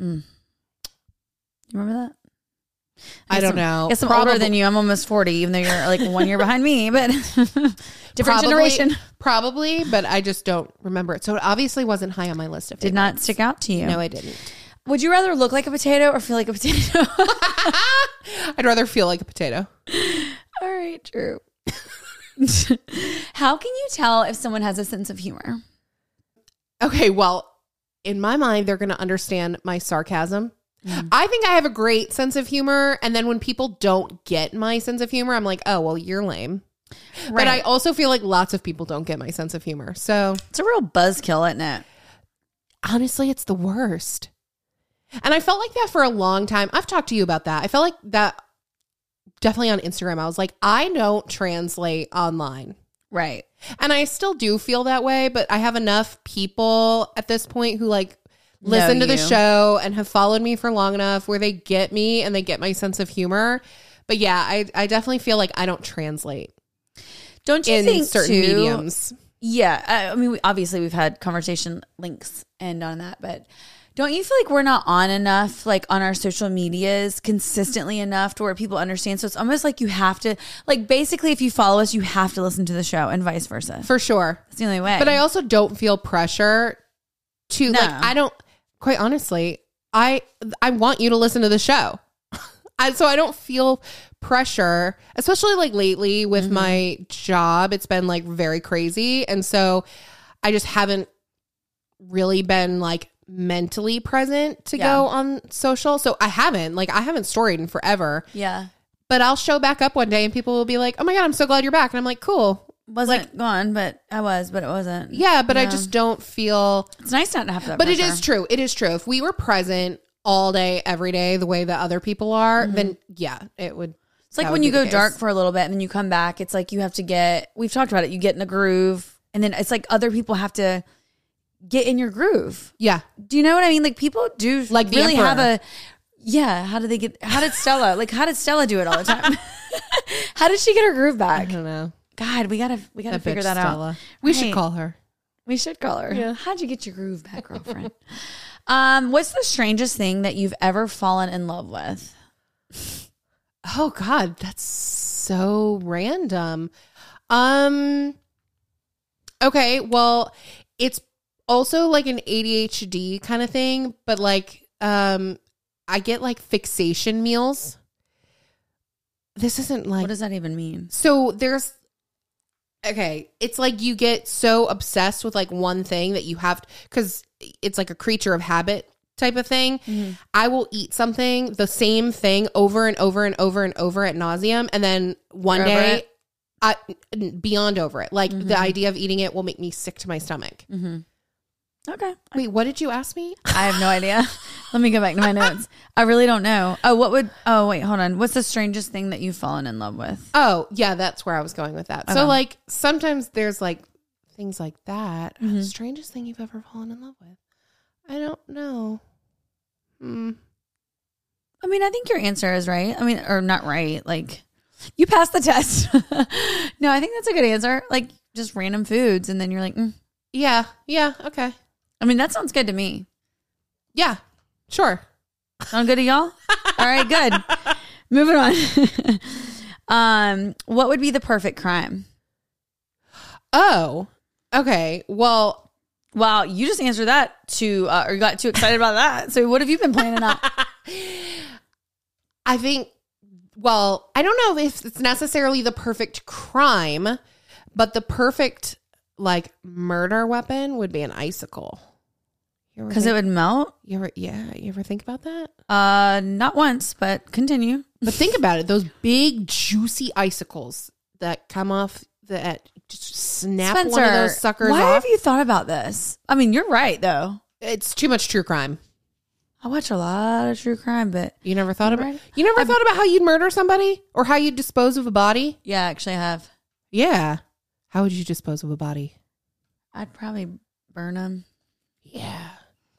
Speaker 1: Mm. You remember that?
Speaker 2: I
Speaker 1: guess
Speaker 2: don't
Speaker 1: I'm-
Speaker 2: know.
Speaker 1: guess I'm older than you. I'm almost 40, even though you're like one year behind me, but (laughs) different
Speaker 2: Probably-
Speaker 1: generation.
Speaker 2: (laughs) probably, but I just don't remember it. So it obviously wasn't high on my list of.
Speaker 1: (laughs) Did not stick out to you.
Speaker 2: No, I didn't.
Speaker 1: Would you rather look like a potato or feel like a (laughs) potato?
Speaker 2: I'd rather feel like a potato.
Speaker 1: All right, Drew. (laughs) How can you tell if someone has a sense of humor?
Speaker 2: Okay, well, in my mind, they're going to understand my sarcasm. I think I have a great sense of humor, and then when people don't get my sense of humor, I'm like, oh, well, you're lame. But I also feel like lots of people don't get my sense of humor. So
Speaker 1: it's a real buzzkill, isn't it?
Speaker 2: honestly, it's the worst. And I felt like that for a long time. I've talked to you about that. I felt like that definitely on Instagram. I was like, I don't translate online.
Speaker 1: Right.
Speaker 2: And I still do feel that way, but I have enough people at this point who like
Speaker 1: Know
Speaker 2: listen to the
Speaker 1: you.
Speaker 2: show and have followed me for long enough where they get me and they get my sense of humor. But yeah, I, I definitely feel like I don't translate
Speaker 1: Don't you
Speaker 2: in
Speaker 1: think
Speaker 2: certain
Speaker 1: too,
Speaker 2: mediums.
Speaker 1: Yeah, I, I mean, we, obviously we've had conversation links and on that, but don't you feel like we're not on enough, like on our social medias consistently enough to where people understand? So it's almost like you have to, like, basically, if you follow us, you have to listen to the show, and vice versa.
Speaker 2: For sure.
Speaker 1: That's the only way.
Speaker 2: But I also don't feel pressure to like
Speaker 1: No.
Speaker 2: I don't quite honestly, I I want you to listen to the show. (laughs) I, so I don't feel pressure, especially like lately with
Speaker 1: Mm-hmm.
Speaker 2: my job. It's been like very crazy and so I just haven't really been like mentally present to
Speaker 1: Yeah.
Speaker 2: go on social. So I haven't like I haven't storied in forever,
Speaker 1: yeah,
Speaker 2: but I'll show back up one day and people will be like, "Oh my god, I'm so glad you're back." And I'm like, "Cool."
Speaker 1: wasn't gone, but I was, but it wasn't.
Speaker 2: Yeah, but I just don't feel
Speaker 1: it's nice not to have that.
Speaker 2: But it
Speaker 1: pressure.
Speaker 2: is true. It is true. If we were present all day, every day, the way that other people are, then yeah, it would.
Speaker 1: Mm-hmm. It's like
Speaker 2: that
Speaker 1: when
Speaker 2: would
Speaker 1: you
Speaker 2: be the
Speaker 1: go
Speaker 2: case.
Speaker 1: dark for a little bit and then you come back, it's like you have to get, we've talked about it, you get in a groove. And then it's like other people have to get in your groove.
Speaker 2: Yeah.
Speaker 1: Do you know what I mean? Like people do
Speaker 2: Like the
Speaker 1: really have
Speaker 2: emperor.
Speaker 1: a, yeah, how did they get, how did Stella, like how did Stella do it all the
Speaker 2: (laughs)
Speaker 1: time? (laughs) how did she get her groove back?
Speaker 2: I don't know.
Speaker 1: God, we gotta, we gotta
Speaker 2: Uh-huh. That
Speaker 1: figure
Speaker 2: bitch
Speaker 1: that
Speaker 2: Stella.
Speaker 1: out.
Speaker 2: We
Speaker 1: Right.
Speaker 2: should call her.
Speaker 1: We should call her. How'd you get your groove back, girlfriend? (laughs) um, what's the strangest thing that you've ever fallen in love with?
Speaker 2: Oh God, that's so random. Um. Okay. Well, it's also like an ADHD kind of thing, but like, um, I get like fixation meals. This isn't like
Speaker 1: What does that even mean?
Speaker 2: So there's okay, it's like you get so obsessed with like one thing that you have cuz it's like a creature of habit type of thing.
Speaker 1: Mm-hmm.
Speaker 2: I will eat something, the same thing over and over and over and over at nauseum and then one
Speaker 1: You're over
Speaker 2: day
Speaker 1: it? Mm-hmm.
Speaker 2: I beyond over it. Like the idea of eating it will make me sick to my stomach.
Speaker 1: Okay.
Speaker 2: Wait, what did you ask me?
Speaker 1: I have no idea. (laughs) Let me go back to my notes. I really don't know. Oh, what would? Oh, wait, hold on. What's the strangest thing that you've fallen in love with?
Speaker 2: Oh, yeah, that's where I was going with that.
Speaker 1: Okay.
Speaker 2: So like sometimes there's like things like that. uh,
Speaker 1: Mm-hmm.
Speaker 2: Strangest thing you've ever fallen in love with? I don't know. Hmm.
Speaker 1: I mean, I think your answer is right. I mean, or not right. Like, you passed the test. (laughs) no, I think that's a good answer. Like, just random foods, and then you're like, mm.
Speaker 2: Yeah. Yeah. Okay.
Speaker 1: I mean, that sounds good to me.
Speaker 2: Yeah. Sure.
Speaker 1: Sound good to
Speaker 2: (laughs)
Speaker 1: y'all? All right, good. Moving on. (laughs) um, what would be the perfect crime?
Speaker 2: Oh. Okay. Well,
Speaker 1: Wow, you just answered that too, uh, or got too excited about that. So, what have you been planning
Speaker 2: (laughs)
Speaker 1: out?
Speaker 2: I think. Well, I don't know if it's necessarily the perfect crime, but the perfect like murder weapon would be an icicle. You ever
Speaker 1: because it
Speaker 2: think-
Speaker 1: would melt.
Speaker 2: you ever, yeah, you ever think about that?
Speaker 1: Uh, not once, but continue.
Speaker 2: But think about it. Those big juicy icicles that come off the uh, just snap one of those suckers
Speaker 1: why
Speaker 2: off.
Speaker 1: have you thought about this? I mean, you're right though.
Speaker 2: it's too much true crime.
Speaker 1: I watch a lot of true crime, but
Speaker 2: You never thought about
Speaker 1: Right.
Speaker 2: you never thought about how you'd murder somebody or how you'd dispose of a body.
Speaker 1: yeah, actually, I have.
Speaker 2: Yeah, how would you dispose of a body?
Speaker 1: I'd probably burn them.
Speaker 2: Yeah,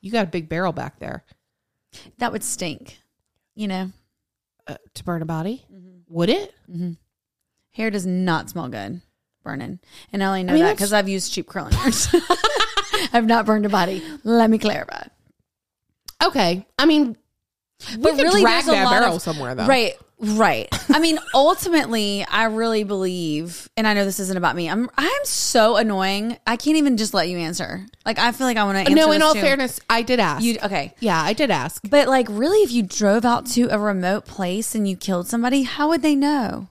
Speaker 2: you got a big barrel back there
Speaker 1: That would stink. You know,
Speaker 2: uh, to burn a body.
Speaker 1: Mm-hmm.
Speaker 2: Would it?
Speaker 1: hair does not smell good burning, and I only know
Speaker 2: mean,
Speaker 1: that
Speaker 2: that's-
Speaker 1: because I've used cheap curling irons. (laughs) I've not burned a body. Let me clarify.
Speaker 2: Okay, I mean, we
Speaker 1: But
Speaker 2: could
Speaker 1: really,
Speaker 2: drag
Speaker 1: there's a
Speaker 2: that
Speaker 1: lot
Speaker 2: barrel
Speaker 1: of-
Speaker 2: somewhere though,
Speaker 1: Right, right. I mean, (laughs) ultimately, I really believe, and I know this isn't about me. I'm, I'm so annoying. I can't even just let you answer. Like, I feel like I want to answer.
Speaker 2: No, in
Speaker 1: this
Speaker 2: all
Speaker 1: too. uh,
Speaker 2: fairness, I did ask.
Speaker 1: you okay?
Speaker 2: yeah, I did ask.
Speaker 1: But like, really, if you drove out to a remote place and you killed somebody, how would they know?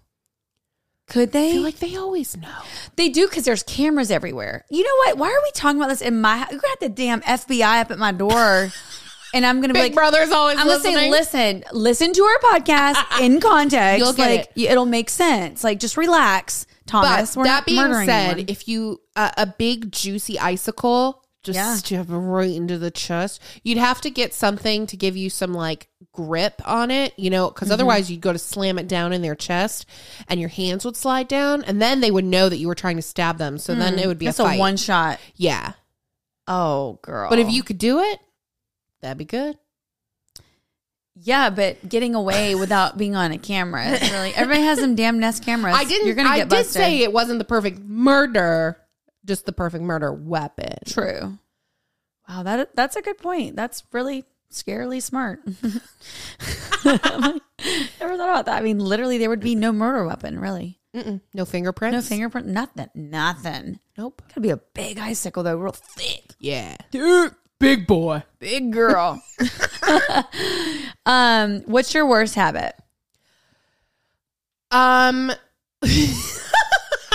Speaker 1: Could
Speaker 2: I
Speaker 1: they?
Speaker 2: feel like they always know.
Speaker 1: they do because there's cameras everywhere. You know what? Why are we talking about this in my? house? You got the damn FBI up at my
Speaker 2: (laughs)
Speaker 1: door, and I'm gonna be
Speaker 2: Big
Speaker 1: like,
Speaker 2: Brother's always
Speaker 1: I'm
Speaker 2: listening.
Speaker 1: gonna say, listen, listen to our
Speaker 2: (laughs)
Speaker 1: podcast in context.
Speaker 2: You'll get
Speaker 1: like it. will make sense. Like just relax, Thomas.
Speaker 2: But
Speaker 1: We're
Speaker 2: that
Speaker 1: not
Speaker 2: being
Speaker 1: murdering
Speaker 2: said,
Speaker 1: anyone.
Speaker 2: if you uh, a big juicy icicle just
Speaker 1: Yeah.
Speaker 2: jab right into the chest, you'd have to get something to give you some like grip on it, you know,
Speaker 1: Mm-hmm.
Speaker 2: because otherwise you'd go to slam it down in their chest, and your hands would slide down, and then they would know that you were trying to stab them. So then it would be
Speaker 1: Mm. that's
Speaker 2: a,
Speaker 1: a,
Speaker 2: fight.
Speaker 1: one shot.
Speaker 2: yeah.
Speaker 1: Oh, girl.
Speaker 2: But if you could do it, that'd be good.
Speaker 1: yeah, but getting away without being on a camera, (laughs) is really, everybody has them damn Nest cameras.
Speaker 2: I didn't.
Speaker 1: You're gonna
Speaker 2: I
Speaker 1: get
Speaker 2: did
Speaker 1: busted.
Speaker 2: say it wasn't the perfect murder, just the perfect murder weapon.
Speaker 1: True. Wow, that that's a good point. That's really scarily (laughs) smart. Never thought about that. I mean, literally, there would be no murder weapon, really.
Speaker 2: Mm-mm. No fingerprints.
Speaker 1: No fingerprint, nothing, nothing.
Speaker 2: Nope.
Speaker 1: Could be a big icicle though, real thick.
Speaker 2: Yeah. Dude, big boy.
Speaker 1: Big girl. (laughs) um, what's your worst habit?
Speaker 2: Um, (laughs) I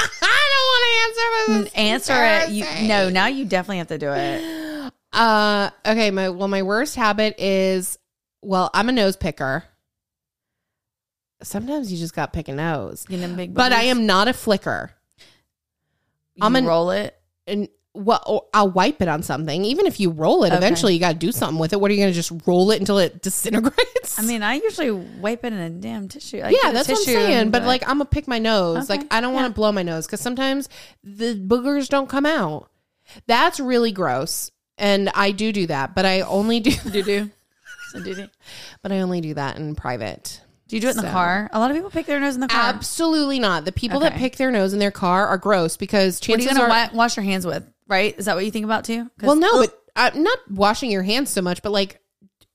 Speaker 2: don't want to answer this.
Speaker 1: Answer it. You, no, now you definitely have to do it.
Speaker 2: Uh, okay. My well, my worst habit is well, I'm a nose picker. Sometimes you just got pick a nose,
Speaker 1: You know, big
Speaker 2: but I
Speaker 1: boobies.
Speaker 2: am not a flicker.
Speaker 1: You
Speaker 2: I'm an-
Speaker 1: roll it.
Speaker 2: And well, or I'll wipe it on something. Even if you roll it,
Speaker 1: Okay.
Speaker 2: eventually you got to do something with it. What are you going to just roll it until it (laughs) disintegrates?
Speaker 1: I mean, I usually wipe it in a damn tissue. I
Speaker 2: yeah,
Speaker 1: get a
Speaker 2: that's what I'm
Speaker 1: tissue and
Speaker 2: saying.
Speaker 1: be
Speaker 2: But like, I'm gonna pick my nose.
Speaker 1: Okay,
Speaker 2: Like, I don't want to blow my nose because sometimes the boogers don't come out. That's really gross, and I do do that. But I only do,
Speaker 1: (laughs)
Speaker 2: (laughs)
Speaker 1: do do. So do do.
Speaker 2: but I only do that in private.
Speaker 1: Do you do it in the
Speaker 2: So-
Speaker 1: car? A lot of people pick their nose in the car.
Speaker 2: Absolutely not. The people that
Speaker 1: Okay.
Speaker 2: pick their nose in their car are gross because
Speaker 1: what are
Speaker 2: chances
Speaker 1: you gonna
Speaker 2: are.
Speaker 1: wa- wash your hands with? Right? Is that what you think about too? 'Cause-
Speaker 2: Well, no, but I'm not washing your hands so much, but like.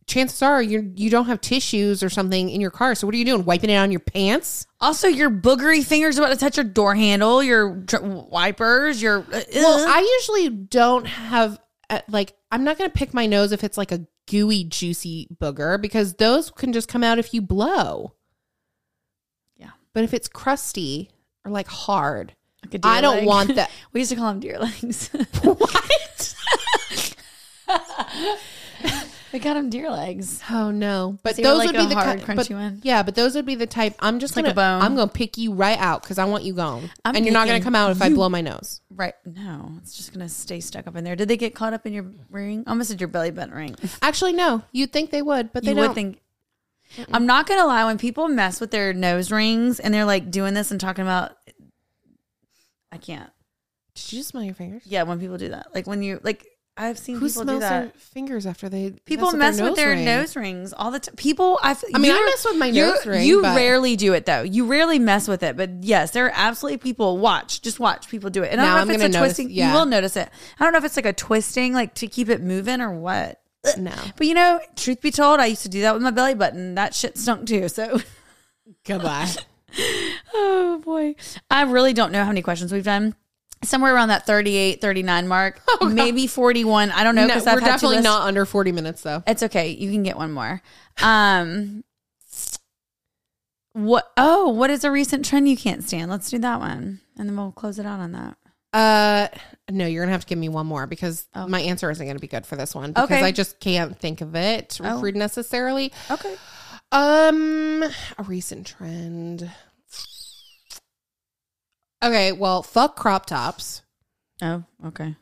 Speaker 2: Chances are you you don't have tissues or something in your car. So what are you doing? Wiping it on your pants?
Speaker 1: Also, your boogery fingers about to touch your door handle, your dr- wipers, your. uh,
Speaker 2: Well,
Speaker 1: Uh-huh.
Speaker 2: I usually don't have uh, like I'm not going to pick my nose if it's like a gooey juicy booger because those can just come out if you blow.
Speaker 1: Yeah.
Speaker 2: But if it's crusty or
Speaker 1: (laughs)
Speaker 2: like hard,
Speaker 1: Like a deer
Speaker 2: I don't
Speaker 1: leg.
Speaker 2: want that.
Speaker 1: (laughs) We used to call them deer legs. (laughs)
Speaker 2: what?
Speaker 1: we got them deer legs.
Speaker 2: Oh no. But
Speaker 1: So you're
Speaker 2: those
Speaker 1: like
Speaker 2: would
Speaker 1: a
Speaker 2: be the
Speaker 1: hard,
Speaker 2: ki-
Speaker 1: crunchy
Speaker 2: but,
Speaker 1: one?
Speaker 2: Yeah, but those would be the type I'm just
Speaker 1: like
Speaker 2: gonna,
Speaker 1: a bone.
Speaker 2: I'm going to pick you right out cuz I want you gone.
Speaker 1: I'm
Speaker 2: and you're not going
Speaker 1: picking
Speaker 2: to come out if I blow my nose.
Speaker 1: Right? No, it's just gonna stay stuck up in there. Did they get caught up in your ring? Almost said your belly button ring.
Speaker 2: Actually no, you'd think they would, but they
Speaker 1: you
Speaker 2: don't.
Speaker 1: would think. I'm not gonna lie. When people mess with their nose rings and they're like doing this and talking about, I can't.
Speaker 2: Did you just smell your fingers?
Speaker 1: Yeah, when people do that, like when you like, I've seen
Speaker 2: Who
Speaker 1: people do
Speaker 2: smells
Speaker 1: that.
Speaker 2: their fingers after they
Speaker 1: People mess with their nose rings all the time. People, I, f-
Speaker 2: I mean, I
Speaker 1: you're-
Speaker 2: mess with my
Speaker 1: you're-
Speaker 2: nose ring,
Speaker 1: You
Speaker 2: but-
Speaker 1: rarely do it though. You rarely mess with it, but yes, there are absolutely people. Watch, just watch people do it. And
Speaker 2: Now
Speaker 1: I don't
Speaker 2: I'm
Speaker 1: know if
Speaker 2: gonna
Speaker 1: it's a
Speaker 2: notice-
Speaker 1: twisting.
Speaker 2: yeah.
Speaker 1: You will notice it. I don't know if it's like a twisting, like to keep it moving or what.
Speaker 2: No.
Speaker 1: But you know, truth be told, I used to do that with my belly button. That shit stunk too. So, (laughs)
Speaker 2: (laughs) Goodbye.
Speaker 1: oh boy, I really don't know how many questions we've done. Somewhere around that 38, 39
Speaker 2: (laughs)
Speaker 1: mark, maybe 41. I don't know
Speaker 2: Oh, No,
Speaker 1: because
Speaker 2: we're
Speaker 1: I've had to
Speaker 2: definitely
Speaker 1: listen-
Speaker 2: not under 40 minutes though.
Speaker 1: It's okay. You can get one more. Um what oh, what is a recent trend you can't stand? Let's do that one. And then we'll close it out on that.
Speaker 2: Uh, no, you're gonna have to give me one more because my answer isn't gonna be good for this one because
Speaker 1: Okay.
Speaker 2: I just can't think of it necessarily.
Speaker 1: Okay.
Speaker 2: Um, a recent trend. Okay, well, fuck crop tops.
Speaker 1: Oh, okay.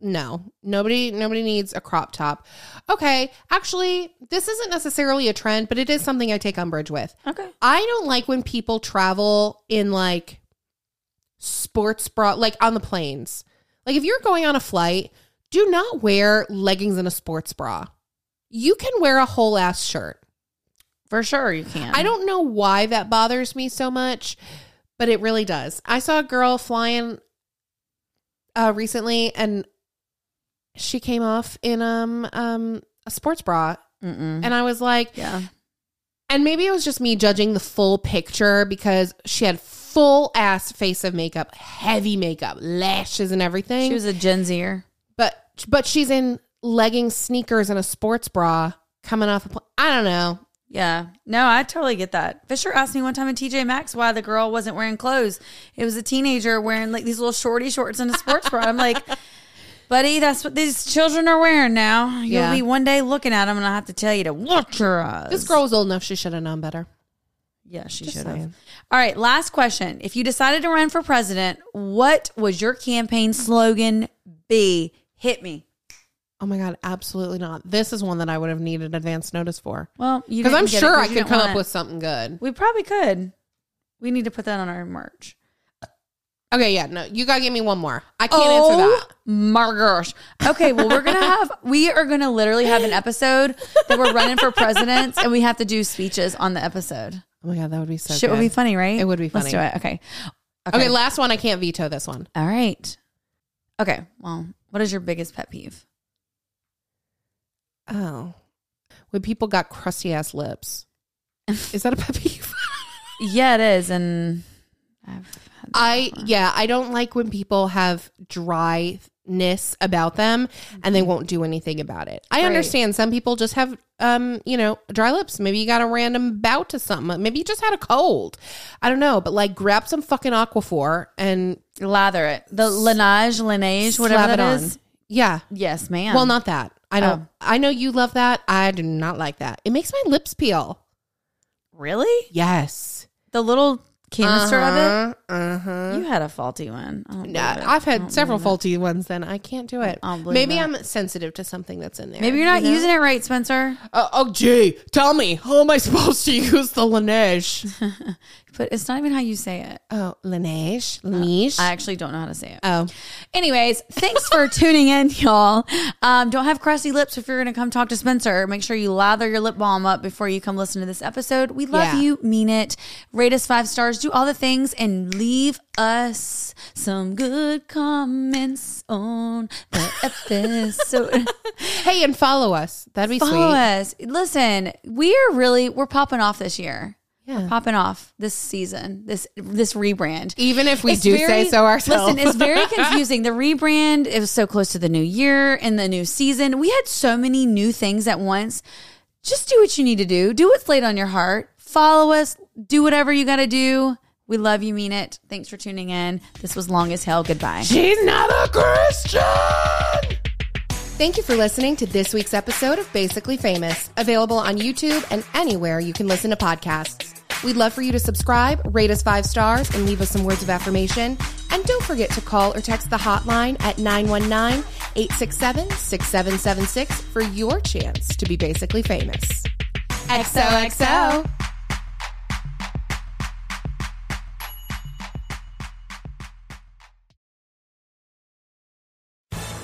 Speaker 2: No, nobody, nobody needs a crop top. Okay, actually, this isn't necessarily a trend, but it is something I take umbrage with.
Speaker 1: Okay.
Speaker 2: I don't like when people travel in like sports bra, like on the planes. Like if you're going on a flight, do not wear leggings and a sports bra. You can wear a whole ass shirt.
Speaker 1: For sure you can.
Speaker 2: I don't know why that bothers me so much, but it really does. I saw a girl flying uh recently and she came off in um um a sports bra
Speaker 1: Mm-mm.
Speaker 2: and I was like
Speaker 1: Yeah.
Speaker 2: and maybe it was just me judging the full picture because she had full ass face of makeup, heavy makeup, lashes and everything.
Speaker 1: She was a Gen Zer.
Speaker 2: but but she's in leggings, sneakers and a sports bra coming off a pl- I don't know.
Speaker 1: Yeah. No, I totally get that. Fisher asked me one time in TJ Maxx why the girl wasn't wearing clothes. It was a teenager wearing like these little shorty shorts and a sports bra. I'm like, (laughs) buddy, that's what these children are wearing now. You'll
Speaker 2: Yeah.
Speaker 1: be one day looking at them and I'll have to tell you to watch your eyes.
Speaker 2: This girl was old enough she should have known better.
Speaker 1: Yeah, she should have.
Speaker 2: saying.
Speaker 1: All right. Last question. If you decided to run for president, what would your campaign slogan be? Hit me.
Speaker 2: Oh my god, absolutely not. This is one that I would have needed advance notice for.
Speaker 1: Well, you didn't
Speaker 2: Because I'm
Speaker 1: get it
Speaker 2: sure
Speaker 1: 'cause
Speaker 2: I
Speaker 1: you
Speaker 2: could
Speaker 1: didn't
Speaker 2: come
Speaker 1: want
Speaker 2: up
Speaker 1: it.
Speaker 2: with something good.
Speaker 1: We probably could. We need to put that on our merch.
Speaker 2: Okay, yeah, no, you gotta give me one more. I can't answer that.
Speaker 1: Oh my gosh. Okay, well, we're gonna (laughs) have we are gonna literally have an episode that we're running for presidents, and we have to do speeches on the episode.
Speaker 2: Oh my god, that would be so.
Speaker 1: Shit would
Speaker 2: good.
Speaker 1: be funny, right?
Speaker 2: It would be
Speaker 1: Let's
Speaker 2: funny.
Speaker 1: do it. Okay.
Speaker 2: Okay. last one. I can't veto this one.
Speaker 1: All right. Okay. Well, what is your biggest pet peeve?
Speaker 2: Oh, when people got crusty ass (laughs) lips, is that a pet peeve?
Speaker 1: Yeah, it is, and I've had that
Speaker 2: I
Speaker 1: before.
Speaker 2: yeah, I don't like when people have dryness about them and they won't do anything about it. I
Speaker 1: Right.
Speaker 2: understand some people just have um, you know, dry lips. Maybe you got a random bout to something. Maybe you just had a cold. I don't know, but like grab some fucking aquaphor and
Speaker 1: lather it the Laneige, Laneige, whatever
Speaker 2: slap
Speaker 1: Uh, it
Speaker 2: it
Speaker 1: is.
Speaker 2: on. Yeah. Oh.
Speaker 1: Yes, ma'am.
Speaker 2: Well, not that. I don't I know you love that. I do not like that. It makes my lips peel.
Speaker 1: really.
Speaker 2: Yes.
Speaker 1: The little canister of
Speaker 2: Uh-huh, Uh-huh.
Speaker 1: it. You had a faulty one. I don't
Speaker 2: No,
Speaker 1: believe it.
Speaker 2: I've
Speaker 1: I
Speaker 2: had
Speaker 1: don't
Speaker 2: several
Speaker 1: believe it.
Speaker 2: faulty ones. Then I can't do it.
Speaker 1: I don't believe
Speaker 2: Maybe
Speaker 1: that.
Speaker 2: I'm sensitive to something that's in there.
Speaker 1: Maybe you're not using it right, Spencer.
Speaker 2: Oh, oh, gee, tell me, how am I (laughs) supposed to use the Laneige?
Speaker 1: But it's not even how you say it.
Speaker 2: oh, Laneige, Laneige.
Speaker 1: Uh, I actually don't know how to say it.
Speaker 2: oh,
Speaker 1: Anyways, thanks for tuning in, y'all. Um, don't have crusty lips if you're going to come talk to Spencer. Make sure you lather your lip balm up before you come listen to this episode. We love
Speaker 2: Yeah.
Speaker 1: you, mean it. Rate us five stars, do all the things, and leave us some good comments on the (laughs) episode.
Speaker 2: hey, and follow us. That'd be
Speaker 1: Follow
Speaker 2: sweet.
Speaker 1: us. Listen, we're really we're popping off this year.
Speaker 2: Yeah.
Speaker 1: We're popping off this season. This this rebrand.
Speaker 2: Even if we
Speaker 1: It's
Speaker 2: do
Speaker 1: very-
Speaker 2: say so ourselves.
Speaker 1: Listen, it's
Speaker 2: (laughs)
Speaker 1: very confusing. the rebrand, it was so close to the new year and the new season. We had so many new things at once. Just do what you need to do. Do what's laid on your heart. Follow us. Do whatever you got to do. We love you, mean it. Thanks for tuning in. This was long as hell. Goodbye.
Speaker 2: She's not a Christian. Thank you for listening to this week's episode of Basically Famous, available on YouTube and anywhere you can listen to podcasts. We'd love for you to subscribe, rate us five stars, and leave us some words of affirmation. And don't forget to call or text the hotline at 919 867 6776 for your chance to be basically famous. XOXO.